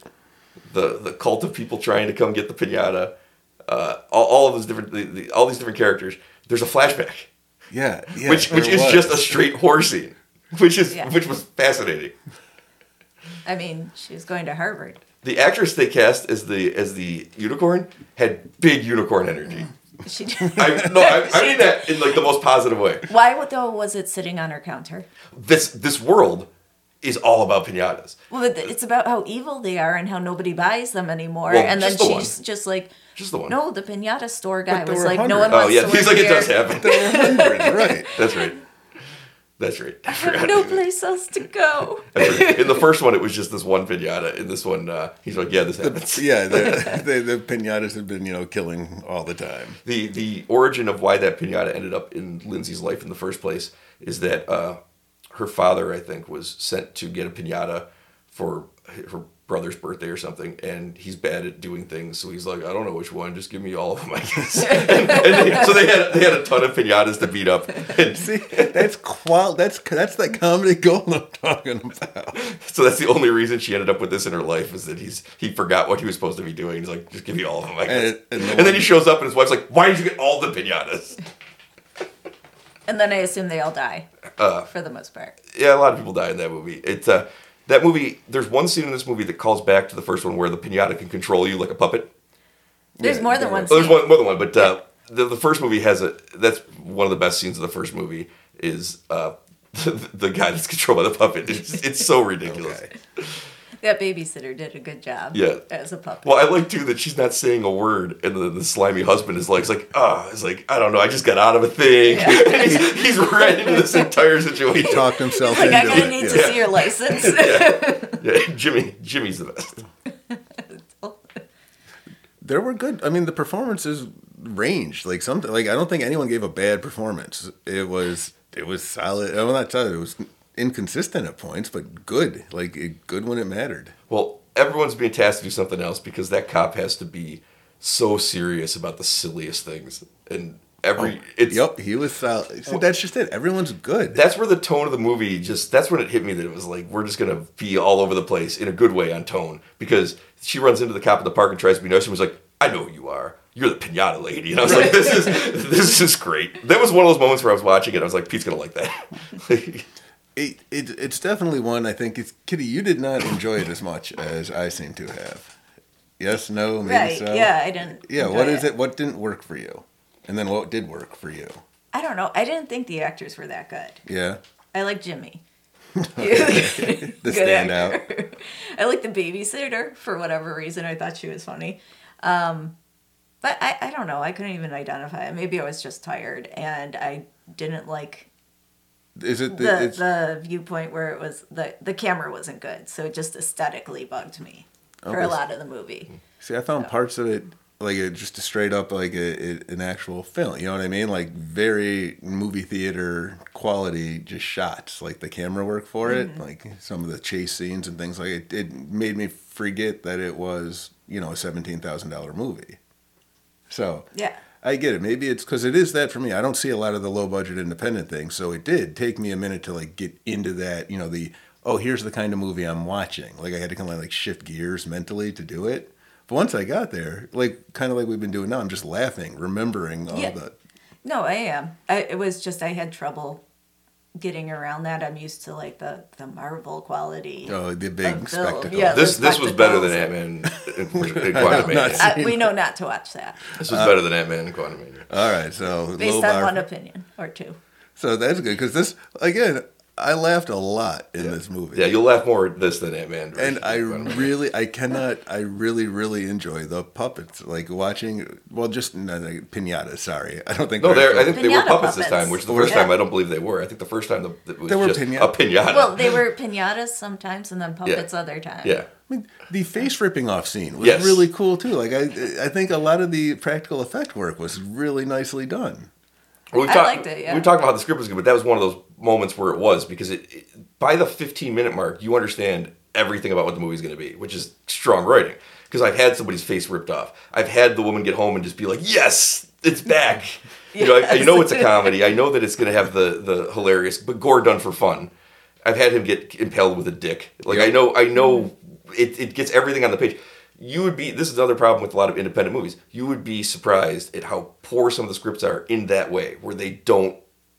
Speaker 1: the the cult of people trying to come get the pinata, uh, all, all of those different the, the, all these different characters. There's a flashback,
Speaker 2: yeah, yeah.
Speaker 1: which which
Speaker 2: there
Speaker 1: is
Speaker 2: was.
Speaker 1: just a straight horror scene, which is
Speaker 3: Yeah.
Speaker 1: which was fascinating.
Speaker 3: I mean, she was going to Harvard.
Speaker 1: The actress they cast as the as the unicorn had big unicorn energy.
Speaker 3: She
Speaker 1: I, no, I, I mean that in like the most positive way.
Speaker 3: Why though was it sitting on her counter?
Speaker 1: This this world is all about pinatas.
Speaker 3: Well, but it's about how evil they are and how nobody buys them anymore.
Speaker 1: Well,
Speaker 3: and then
Speaker 1: just the one.
Speaker 3: she's just like,
Speaker 1: Just the one.
Speaker 3: no, the pinata store guy
Speaker 2: there
Speaker 3: was
Speaker 2: were
Speaker 3: like, no one
Speaker 2: hundreds.
Speaker 1: Oh
Speaker 3: wants
Speaker 1: yeah,
Speaker 3: to
Speaker 1: he's like
Speaker 3: work
Speaker 1: it does
Speaker 3: here."
Speaker 1: happen.
Speaker 2: There were hundreds, right?
Speaker 1: That's right. That's right. I
Speaker 3: I have
Speaker 1: forgot.
Speaker 3: no place else to go.
Speaker 1: I forgot. In the first one, it was just this one pinata. In this one, uh, he's like, "Yeah, this happens."
Speaker 2: Yeah, the, the, the pinatas have been, you know, killing all the time.
Speaker 1: the the origin of why that pinata ended up in Lindsay's life in the first place is that uh, her father, I think, was sent to get a pinata for her brother's birthday or something, and he's bad at doing things, so he's like, I don't know which one, just give me all of them, I guess. and, and they, so they had they had a ton of pinatas to beat up, and
Speaker 2: See, that's qual. That's that's the comedy gold I'm talking about.
Speaker 1: so that's the only reason she ended up with this in her life is that he's he forgot what he was supposed to be doing. He's like, just give me all of them, I guess.
Speaker 2: And- and the
Speaker 1: and then
Speaker 2: one-
Speaker 1: he shows up, and his wife's like, Why did you get all the pinatas?
Speaker 3: And then I assume they all die. for the most part.
Speaker 1: Uh, yeah, a lot of people die in that movie. It's uh, that movie. There's one scene in this movie that calls back to the first one where the pinata can control you like a puppet.
Speaker 3: There's more than
Speaker 2: there
Speaker 3: one
Speaker 1: Oh, there's
Speaker 3: scene.
Speaker 1: one more than one, but uh, the, the first movie has a. That's one of the best scenes of the first movie is uh, the, the guy that's controlled by the puppet. It's, it's so ridiculous.
Speaker 2: Okay.
Speaker 3: That babysitter did a good job.
Speaker 1: Yeah.
Speaker 3: As a puppet.
Speaker 1: Well, I like too that she's not saying a word, and the, the slimy husband is like, it's like, ah, it's like, I don't know, I just got out of a thing. he's, he's right into this entire situation.
Speaker 2: Talked himself
Speaker 3: like, I'm
Speaker 2: into
Speaker 3: going to
Speaker 2: it.
Speaker 3: need
Speaker 2: yeah.
Speaker 3: to see your license.
Speaker 1: Yeah, Jimmy, Jimmy's the best.
Speaker 2: There were good. I mean, the performances ranged. Like something. Like I don't think anyone gave a bad performance. It was it was solid. I'm not solid. It was inconsistent at points, but good. Like it, good when it mattered.
Speaker 1: Well, everyone's being tasked to do something else because that cop has to be so serious about the silliest things. And every it's
Speaker 2: Yep, he was solid.
Speaker 3: Oh.
Speaker 2: See, that's just it. Everyone's good.
Speaker 1: that's where the tone of the movie just that's when it hit me that it was like we're just gonna be all over the place in a good way on tone because she runs into the cop at the park and tries to be nice and was like, I know who you are. You're the pinata lady. And I was like, this is this is great. That was one of those moments where I was watching it. I was like, Pete's gonna like that.
Speaker 2: It, it, it's definitely one I think it's Kitty. You did not enjoy it as much as I seem to have. Yes, no, maybe
Speaker 3: right.
Speaker 2: so.
Speaker 3: Yeah, I didn't.
Speaker 2: Yeah,
Speaker 3: enjoy
Speaker 2: what is it? What didn't work for you? And then what did work for you?
Speaker 3: I don't know. I didn't think the actors were that good.
Speaker 2: Yeah.
Speaker 3: I like Jimmy.
Speaker 2: The
Speaker 3: Good
Speaker 2: standout.
Speaker 3: I like the babysitter for whatever reason. I thought she was funny. Um, but I, I don't know. I couldn't even identify it. Maybe I was just tired and I didn't like
Speaker 2: Is it the,
Speaker 3: the,
Speaker 2: it's,
Speaker 3: the viewpoint where it was the, the camera wasn't good. So it just aesthetically bugged me for
Speaker 2: Okay.
Speaker 3: a lot of the movie.
Speaker 2: See, I found parts of it like it, just a straight up like a, it, an actual film. You know what I mean? Like very movie theater quality, just shots, like the camera work for it, like some of the chase scenes and things like it. It made me forget that it was you know a seventeen thousand dollar movie. So
Speaker 3: Yeah.
Speaker 2: I get it. Maybe it's because it is that for me. I don't see a lot of the low budget independent things, so it did take me a minute to like get into that. You know, the oh, here's the kind of movie I'm watching. Like I had to kind of like shift gears mentally to do it. But once I got there, like kind of like we've been doing now, I'm just laughing, remembering all
Speaker 3: Yeah.
Speaker 2: the.
Speaker 3: No, I am. I, it was just I had trouble getting around that. I'm used to like the the Marvel quality.
Speaker 2: Oh, the big
Speaker 3: Of Bill,
Speaker 2: spectacle.
Speaker 3: yeah.
Speaker 1: this this was better than Ant
Speaker 3: Spectacles.
Speaker 1: Man and Quantumania.
Speaker 3: I, Uh, we know not to watch that
Speaker 1: This was better than Ant Man and Quantumania.
Speaker 2: All right, so
Speaker 3: based
Speaker 2: low
Speaker 3: on
Speaker 2: bar-
Speaker 3: one opinion or two.
Speaker 2: so that's good because this again, I laughed a lot in this movie.
Speaker 1: Yeah, you'll laugh more at this than Ant Man.
Speaker 2: and I really, I cannot, I really, really enjoy the puppets. Like watching, well, just no, no, pinata. Sorry, I don't think.
Speaker 1: no,
Speaker 2: they're
Speaker 1: they I think they were
Speaker 3: Pinata
Speaker 1: puppets, this
Speaker 3: puppets.
Speaker 1: time, which is the
Speaker 2: Were
Speaker 1: first
Speaker 3: they?
Speaker 1: time I don't believe they were. I think the first time the, it was
Speaker 2: Oh, They were
Speaker 1: just
Speaker 2: pina-
Speaker 1: a pinata.
Speaker 3: Well, they were pinatas sometimes and then puppets other times.
Speaker 1: yeah,
Speaker 2: I mean, the face ripping off scene was
Speaker 1: Yes.
Speaker 2: really cool too. Like I, I think a lot of the practical effect work was really nicely done.
Speaker 1: Well, we
Speaker 3: I
Speaker 1: talked-
Speaker 3: liked it, yeah.
Speaker 1: We talked about how the script was good, but that was one of those moments where it was because it, it by the 15 minute mark, you understand everything about what the movie's going to be, which is strong writing. Because I've had somebody's face ripped off. I've had the woman get home and just be like, "Yes, it's back." You know, I, I know it's a comedy. I know that it's going to have the the hilarious, but gore done for fun. I've had him get impaled with a dick. Like I know, I know, it, it gets everything on the page. You would be. This is another problem with a lot of independent movies. You would be surprised at how poor some of the scripts are in that way, where they don't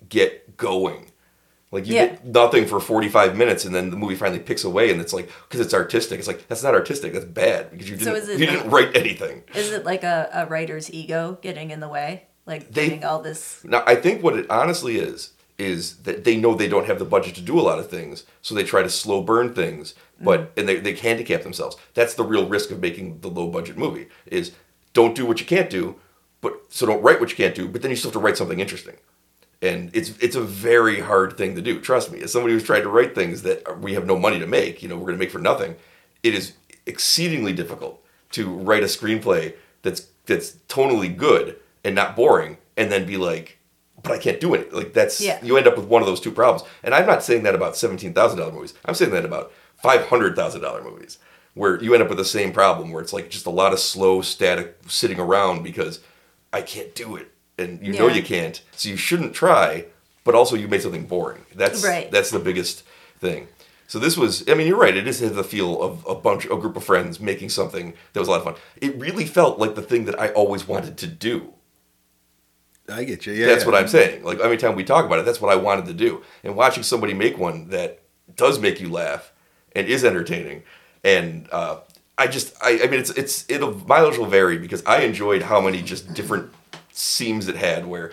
Speaker 1: get going. Like you
Speaker 3: Yeah.
Speaker 1: get nothing for forty five minutes, and then the movie finally picks away, and it's like because it's artistic. It's like that's not artistic. That's bad because you
Speaker 3: So
Speaker 1: didn't
Speaker 3: is it
Speaker 1: you
Speaker 3: like-
Speaker 1: didn't write anything.
Speaker 3: Is it like a, a writer's ego getting in the way? Like
Speaker 1: They-
Speaker 3: getting all this
Speaker 1: Now, I think what it honestly is is that they know they don't have the budget to do a lot of things, so they try to slow burn things, but
Speaker 3: Mm.
Speaker 1: and they they handicap themselves. That's the real risk of making the low budget movie is don't do what you can't do, but so don't write what you can't do, but then you still have to write something interesting. and it's it's a very hard thing to do. Trust me, as somebody who's tried to write things that we have no money to make, you know, we're going to make for nothing. It is exceedingly difficult to write a screenplay that's that's tonally good and not boring, and then be like, but I can't do it. Like that's
Speaker 3: Yeah.
Speaker 1: you end up with one of those two problems. And I'm not saying that about seventeen thousand dollar movies. I'm saying that about five hundred thousand dollar movies, where you end up with the same problem, where it's like just a lot of slow static sitting around because I can't do it, and you know
Speaker 3: Yeah.
Speaker 1: you can't, so you shouldn't try. But also, you made something boring. That's
Speaker 3: Right.
Speaker 1: that's the biggest thing. So this was, I mean, you're right. It is the feel of a bunch, a group of friends making something that was a lot of fun. It really felt like the thing that I always wanted to do.
Speaker 2: I get you. Yeah,
Speaker 1: That's
Speaker 2: yeah.
Speaker 1: what I'm saying. Like every time we talk about it, that's what I wanted to do. And watching somebody make one that does make you laugh and is entertaining, and uh, I just, I, I mean, it's, it's, it'll mileage will vary because I enjoyed how many just different seams it had where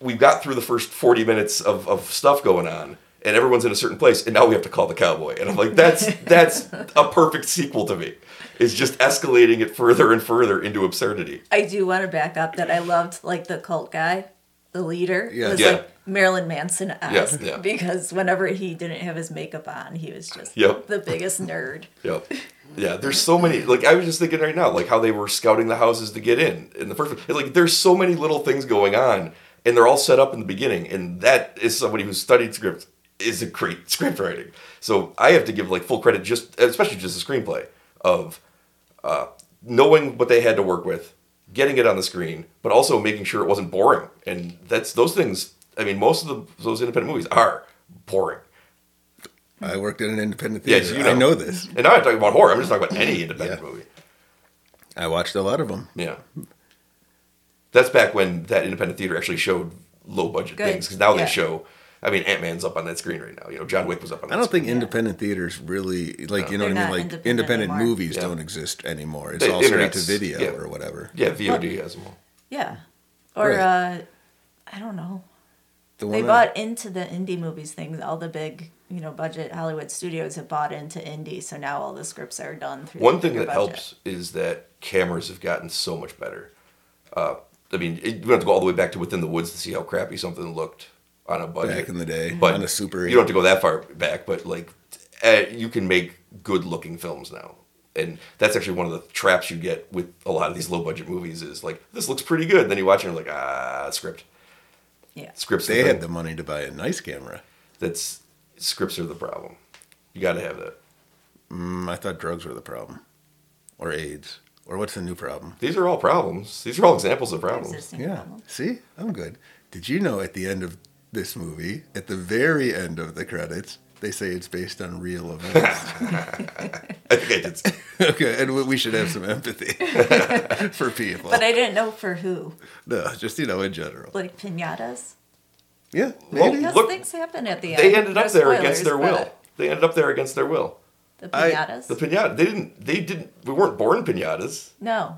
Speaker 1: we got through the first 40 minutes of, of stuff going on and everyone's in a certain place and now we have to call the cowboy and i'm like that's that's a perfect sequel to me it's just escalating it further and further into absurdity
Speaker 3: I do want to back up that I loved like the cult guy, the leader.
Speaker 2: Yeah.
Speaker 3: was
Speaker 1: Yeah.
Speaker 3: like Marilyn Manson esque
Speaker 1: Yeah, yeah.
Speaker 3: because whenever he didn't have his makeup on, he was just
Speaker 1: Yep.
Speaker 3: the biggest nerd.
Speaker 1: Yep. Yeah, there's so many. Like I was just thinking right now, like how they were scouting the houses to get in in the first. It's like there's so many little things going on, and they're all set up in the beginning. And that is somebody who studied script is a great script writing. So I have to give like full credit, just especially just the screenplay of uh, knowing what they had to work with, getting it on the screen, but also making sure it wasn't boring. And that's those things. I mean, most of the, those independent movies are boring.
Speaker 2: I worked at an independent
Speaker 1: Yes,
Speaker 2: theater.
Speaker 1: you know.
Speaker 2: I know this.
Speaker 1: And now I'm talking about horror. I'm just talking about any independent
Speaker 2: Yeah.
Speaker 1: movie.
Speaker 2: I watched a lot of them.
Speaker 1: Yeah. That's back when that independent theater actually showed low budget
Speaker 3: Good.
Speaker 1: things. Because now
Speaker 3: Yeah.
Speaker 1: they show, I mean, Ant Man's up on that screen right now. You know, John Wick was up on that
Speaker 2: I don't
Speaker 1: screen.
Speaker 2: think independent theaters really like you know
Speaker 3: They're
Speaker 2: what I mean.
Speaker 3: not
Speaker 2: Like
Speaker 3: independent
Speaker 2: independent,
Speaker 3: anymore.
Speaker 2: movies
Speaker 1: Yeah.
Speaker 2: don't exist anymore. It's
Speaker 1: The
Speaker 2: all straight to
Speaker 1: internet's-
Speaker 2: video
Speaker 1: yeah.
Speaker 2: or whatever.
Speaker 1: Yeah, VOD as well.
Speaker 3: Yeah, or
Speaker 2: Right.
Speaker 3: uh, I don't know.
Speaker 2: The
Speaker 3: They
Speaker 2: I-
Speaker 3: bought into the indie movies thing. All the big, you know, budget Hollywood studios have bought into indie, so now all the scripts are done through.
Speaker 1: One thing
Speaker 3: bigger
Speaker 1: that
Speaker 3: budget.
Speaker 1: helps is that cameras have gotten so much better. Uh, I mean, it, you don't have to go all the way back to Within the Woods to see how crappy something looked on a budget.
Speaker 2: back in the day
Speaker 1: but
Speaker 2: on a super.
Speaker 1: you don't have to go that far back but like uh, you can make good looking films now and that's actually one of the traps you get with a lot of these low budget movies is like this looks pretty good then you watch it and you're like ah script
Speaker 3: Yeah.
Speaker 1: scripts the
Speaker 2: they had
Speaker 1: thing.
Speaker 2: the money to buy a nice camera.
Speaker 1: that's scripts are the problem you got to have that
Speaker 2: Mm, I thought drugs were the problem, or AIDS, or what's the new problem?
Speaker 1: these are all problems these are all examples of problems
Speaker 3: Existing
Speaker 2: Yeah.
Speaker 3: problem.
Speaker 2: See, I'm good. Did you know at the end of this movie, at the very end of the credits, they say it's based on real events?
Speaker 1: i think i did say-
Speaker 2: okay, and we- we should have some empathy for people.
Speaker 3: But I didn't know for who.
Speaker 2: no, just you know in general.
Speaker 3: Like pinatas.
Speaker 2: Yeah,
Speaker 1: Well,
Speaker 2: maybe.
Speaker 3: Those
Speaker 1: Look,
Speaker 3: things happen at the end.
Speaker 1: they ended
Speaker 3: No
Speaker 1: up there against
Speaker 3: spoilers,
Speaker 1: their will
Speaker 3: but
Speaker 1: they ended up there against their will
Speaker 3: The
Speaker 2: I-
Speaker 3: pinatas.
Speaker 1: the pinata they didn't they didn't we weren't born pinatas
Speaker 3: no,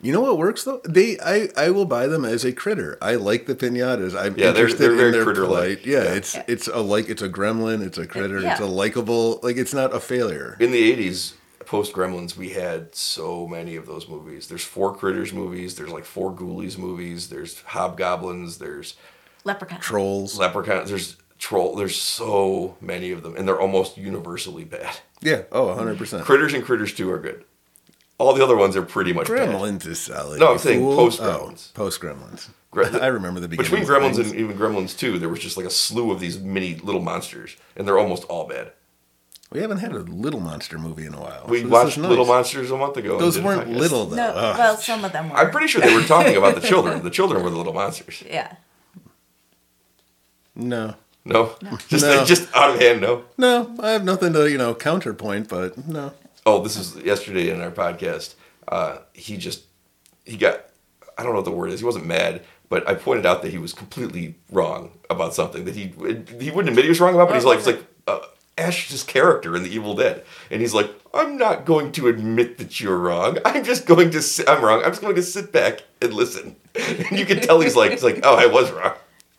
Speaker 2: You know what works though? They I, I will buy them as a critter. I like the pinatas. I'm
Speaker 1: Yeah, they're-
Speaker 2: interested
Speaker 1: they're very
Speaker 2: in their
Speaker 1: critter-like.
Speaker 2: plight. Yeah,
Speaker 1: Yeah.
Speaker 2: it's it's a like it's a gremlin, it's a critter, it's
Speaker 3: yeah.
Speaker 2: a likable like it's not a failure.
Speaker 1: in the 80s post gremlins we had so many of those movies there's four critters movies there's like four ghoulies movies there's hobgoblins there's
Speaker 3: leprechaun.
Speaker 2: Trolls.
Speaker 1: leprechauns there's troll there's so many of them and they're almost universally bad
Speaker 2: Yeah, oh 100 percent.
Speaker 1: critters and critters 2 are good all the other ones are pretty much bad.
Speaker 2: Gremlins is solid.
Speaker 1: No, I'm
Speaker 2: you
Speaker 1: saying
Speaker 2: fool.
Speaker 1: post-Gremlins.
Speaker 2: Oh, post gremlins.
Speaker 1: Gre-
Speaker 2: I remember the beginning.
Speaker 1: between gremlins
Speaker 2: things.
Speaker 1: and even gremlins 2 there was just like a slew of these mini little monsters and they're almost all bad
Speaker 2: we haven't had a little monster movie in a while.
Speaker 1: we
Speaker 2: so this is
Speaker 1: watched
Speaker 2: nice.
Speaker 1: little monsters a month ago and
Speaker 2: Those
Speaker 1: did a
Speaker 2: weren't
Speaker 1: podcast.
Speaker 2: little though.
Speaker 3: No,
Speaker 2: Ugh.
Speaker 3: well, some of them were.
Speaker 1: i'm pretty sure they were talking about the children the children were the little monsters
Speaker 3: Yeah.
Speaker 2: no.
Speaker 1: no, just
Speaker 2: No.
Speaker 1: just out of hand no
Speaker 2: No, I have nothing to, you know, counterpoint, but no.
Speaker 1: oh this is yesterday in our podcast uh, he just he got i don't know what the word is he wasn't mad but i pointed out that he was completely wrong about something that he he wouldn't admit he was wrong about but he's like he's like uh, ash's character in the evil dead and he's like i'm not going to admit that you're wrong i'm just going to si- i'm wrong i'm just going to sit back and listen and you can tell he's like he's like oh i was wrong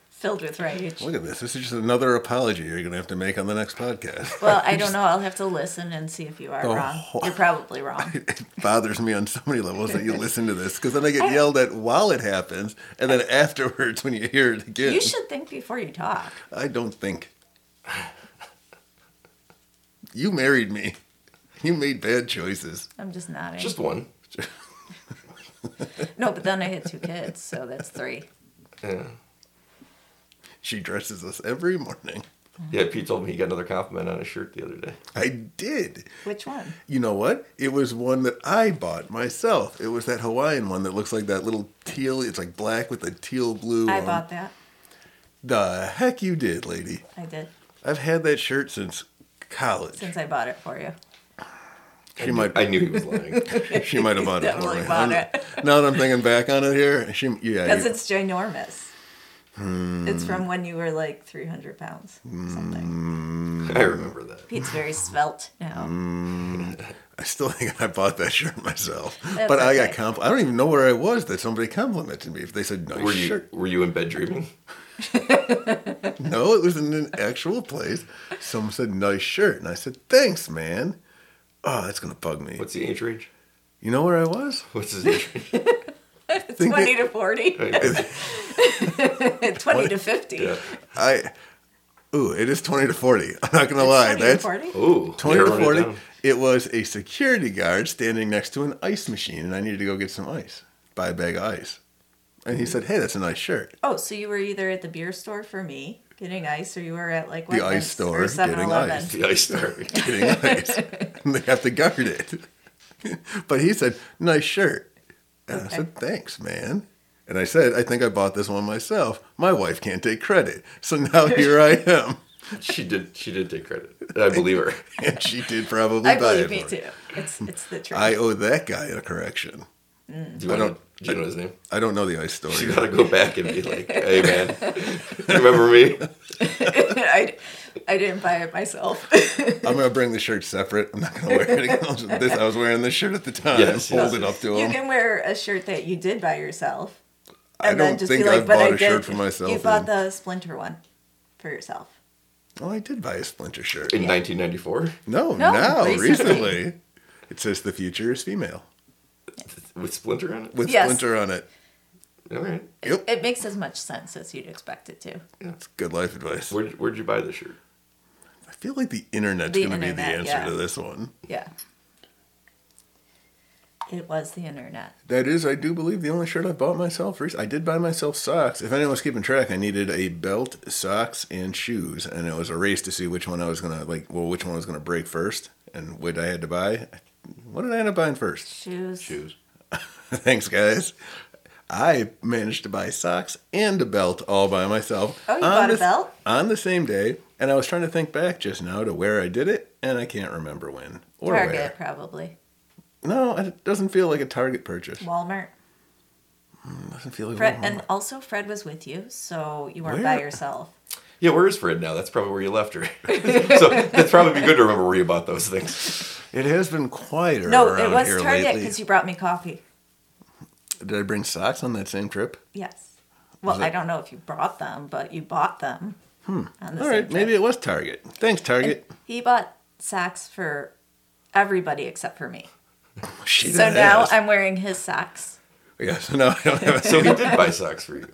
Speaker 3: filled with rage.
Speaker 2: Look at this. This is just another apology you're going to have to make on the next podcast.
Speaker 3: Well, I don't know. I'll have to listen and see if you are
Speaker 1: Oh,
Speaker 2: The
Speaker 3: wrong.
Speaker 2: whole-
Speaker 3: You're probably wrong.
Speaker 2: It bothers me on so many levels that you listen to this because then I get yelled at while it happens, and then afterwards when you hear it again,
Speaker 3: You should think before you talk.
Speaker 2: I don't think. You married me. You made bad choices.
Speaker 3: I'm just nodding.
Speaker 1: Just one.
Speaker 3: No, but then I had two kids, so that's three.
Speaker 1: Yeah.
Speaker 2: She dresses us every morning.
Speaker 1: Yeah, Pete told me he got another compliment on his shirt the other day.
Speaker 2: I did.
Speaker 3: Which one?
Speaker 2: You know what? It was one that I bought myself. It was that Hawaiian one that looks like that little teal. It's like black with a teal blue.
Speaker 3: I
Speaker 2: um,
Speaker 3: bought that.
Speaker 2: The heck you did, lady.
Speaker 3: I did
Speaker 2: I've had that shirt since college.
Speaker 3: since I bought it for you.
Speaker 2: she might
Speaker 1: I knew he was lying.
Speaker 2: she might have bought it for
Speaker 3: Definitely
Speaker 2: me. I'm-
Speaker 3: bought it.
Speaker 2: Now that I'm thinking back on it here, she yeah.
Speaker 3: Because
Speaker 2: You,
Speaker 3: it's ginormous.
Speaker 2: Hmm.
Speaker 3: It's from when you were like 300 pounds, something.
Speaker 2: Hmm.
Speaker 1: I remember that.
Speaker 3: Pete's very svelte now.
Speaker 2: I still think I bought that shirt myself.
Speaker 3: That's
Speaker 2: but I got
Speaker 3: Oh, okay.
Speaker 2: compl- I don't even know where I was that somebody complimented me. If they said nice
Speaker 1: Were you
Speaker 2: shirt,
Speaker 1: were you in bed dreaming?
Speaker 2: no, it was in an actual place. Someone said nice shirt, and I said thanks, man. Oh, that's gonna bug me.
Speaker 1: What's the age range?
Speaker 2: You know where I was?
Speaker 1: What's his age range?
Speaker 2: I think
Speaker 3: 20
Speaker 2: that-
Speaker 3: to 40,
Speaker 1: Right.
Speaker 3: 20 to 50.
Speaker 1: yeah.
Speaker 2: I. Ooh, it is twenty to forty. I'm not gonna lie.
Speaker 3: 20 to
Speaker 2: That's Oh.
Speaker 3: 40?
Speaker 1: Ooh.
Speaker 2: 20
Speaker 1: narrowed
Speaker 2: to
Speaker 1: it
Speaker 2: 40 it,
Speaker 1: down.
Speaker 2: was a security guard standing next to an ice machine and i needed to go get some ice buy a bag of ice and
Speaker 3: Mm-hmm.
Speaker 2: he said hey that's a nice shirt
Speaker 3: Oh, so you were either at the beer store for me getting ice, or you were at like
Speaker 2: The ice
Speaker 3: Wegmans
Speaker 2: store
Speaker 3: or
Speaker 2: getting
Speaker 3: 7-Eleven.
Speaker 2: ice.
Speaker 1: The ice story.
Speaker 2: getting ice and they have to guard it but he said nice shirt and i
Speaker 3: Okay.
Speaker 2: said thanks man and i said i think i bought this one myself my wife can't take credit so now here i am
Speaker 1: She did she did take credit. I believe her.
Speaker 2: and she did probably
Speaker 3: I
Speaker 2: buy it
Speaker 3: believe me
Speaker 2: for
Speaker 3: too. It's it's the truth.
Speaker 2: i owe that guy a correction
Speaker 1: Do you, know,
Speaker 2: don't-
Speaker 1: do you know his name?
Speaker 2: i don't know the ice story
Speaker 1: You gotta go back and be like, hey man, remember me?
Speaker 3: I, I didn't buy it myself.
Speaker 2: I'm gonna bring the shirt separate. I'm not gonna wear it again. this I was wearing this shirt at the time.
Speaker 1: Yes,
Speaker 2: Hold
Speaker 1: yes.
Speaker 2: it up to
Speaker 3: you
Speaker 2: him.
Speaker 3: can wear a shirt that you did buy yourself.
Speaker 2: I
Speaker 3: And then
Speaker 2: don't
Speaker 3: just
Speaker 2: think
Speaker 3: be like,
Speaker 2: I've
Speaker 3: but I
Speaker 2: bought a
Speaker 3: did.
Speaker 2: shirt for myself.
Speaker 3: You bought
Speaker 2: in-
Speaker 3: the Splinter one for yourself.
Speaker 2: Well, Oh, I did buy a splinter shirt.
Speaker 1: In nineteen ninety four?
Speaker 2: No,
Speaker 3: No,
Speaker 2: now
Speaker 3: recently.
Speaker 2: recently. it says the future is female
Speaker 1: With Splinter on it?
Speaker 2: with
Speaker 3: Yes.
Speaker 2: splinter on it.
Speaker 1: Alright.
Speaker 2: Yep,
Speaker 3: It makes as much sense as you'd expect it to.
Speaker 2: it's good life advice.
Speaker 1: Where'd, where'd you buy the shirt?
Speaker 2: I feel like the internet's
Speaker 3: The
Speaker 2: gonna be
Speaker 3: internet,
Speaker 2: the answer
Speaker 3: yeah.
Speaker 2: to this one.
Speaker 3: Yeah. It was the internet.
Speaker 2: That is, I do believe the only shirt I bought myself. rec- I did buy myself socks. If anyone's keeping track, I needed a belt, socks, and shoes, and it was a race to see which one I was gonna like. Well, which one was gonna break first, and what I had to buy. What did I end up buying first?
Speaker 3: Shoes.
Speaker 1: Shoes.
Speaker 2: Thanks, guys. I managed to buy socks and a belt all by myself.
Speaker 3: Oh, you
Speaker 2: on
Speaker 3: bought a
Speaker 2: the-
Speaker 3: belt?
Speaker 2: on the same day, and I was trying to think back just now to where I did it, and I can't remember when or
Speaker 3: Target,
Speaker 2: where.
Speaker 3: probably.
Speaker 2: No, it doesn't feel like a Target purchase.
Speaker 3: Walmart.
Speaker 2: doesn't feel like
Speaker 3: Fred,
Speaker 2: Walmart.
Speaker 3: and also Fred was with you, so you weren't by
Speaker 2: Where?
Speaker 3: yourself.
Speaker 1: Yeah, where is Fred now? That's probably where you left her. so that's probably be good to remember where you bought those things.
Speaker 2: It has been quieter.
Speaker 3: No, it
Speaker 2: around
Speaker 3: was
Speaker 2: here
Speaker 3: Target
Speaker 2: lately.
Speaker 3: because you brought me coffee.
Speaker 2: Did I bring socks on that same trip?
Speaker 3: Yes. Well,
Speaker 2: it-
Speaker 3: I don't know if you brought them, but you bought them. Hmm. On
Speaker 2: All
Speaker 3: the same
Speaker 2: right,
Speaker 3: trip.
Speaker 2: maybe it was Target. Thanks, Target.
Speaker 3: He bought socks for everybody except for me.
Speaker 2: She
Speaker 3: So now
Speaker 2: i
Speaker 3: I'm wearing his socks.
Speaker 2: yeah. So now I don't have.
Speaker 1: So he did buy socks for you.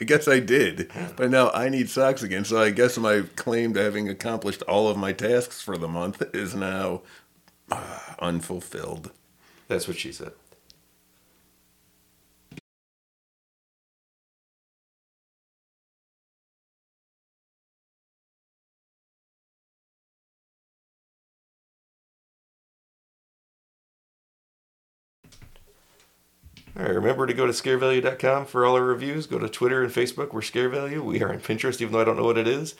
Speaker 2: I guess I did, but now I need socks again. So I guess my claim to having accomplished all of my tasks for the month is now ah, unfulfilled.
Speaker 1: That's what she said. All right, remember to go to scarevalue.com for all our reviews. Go to Twitter and Facebook. We're Scare Value. We are on Pinterest, even though I don't know what it is.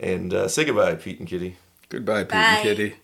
Speaker 1: And uh, say goodbye, Pete and Kitty.
Speaker 2: Goodbye, Pete
Speaker 3: Bye.
Speaker 2: and Kitty.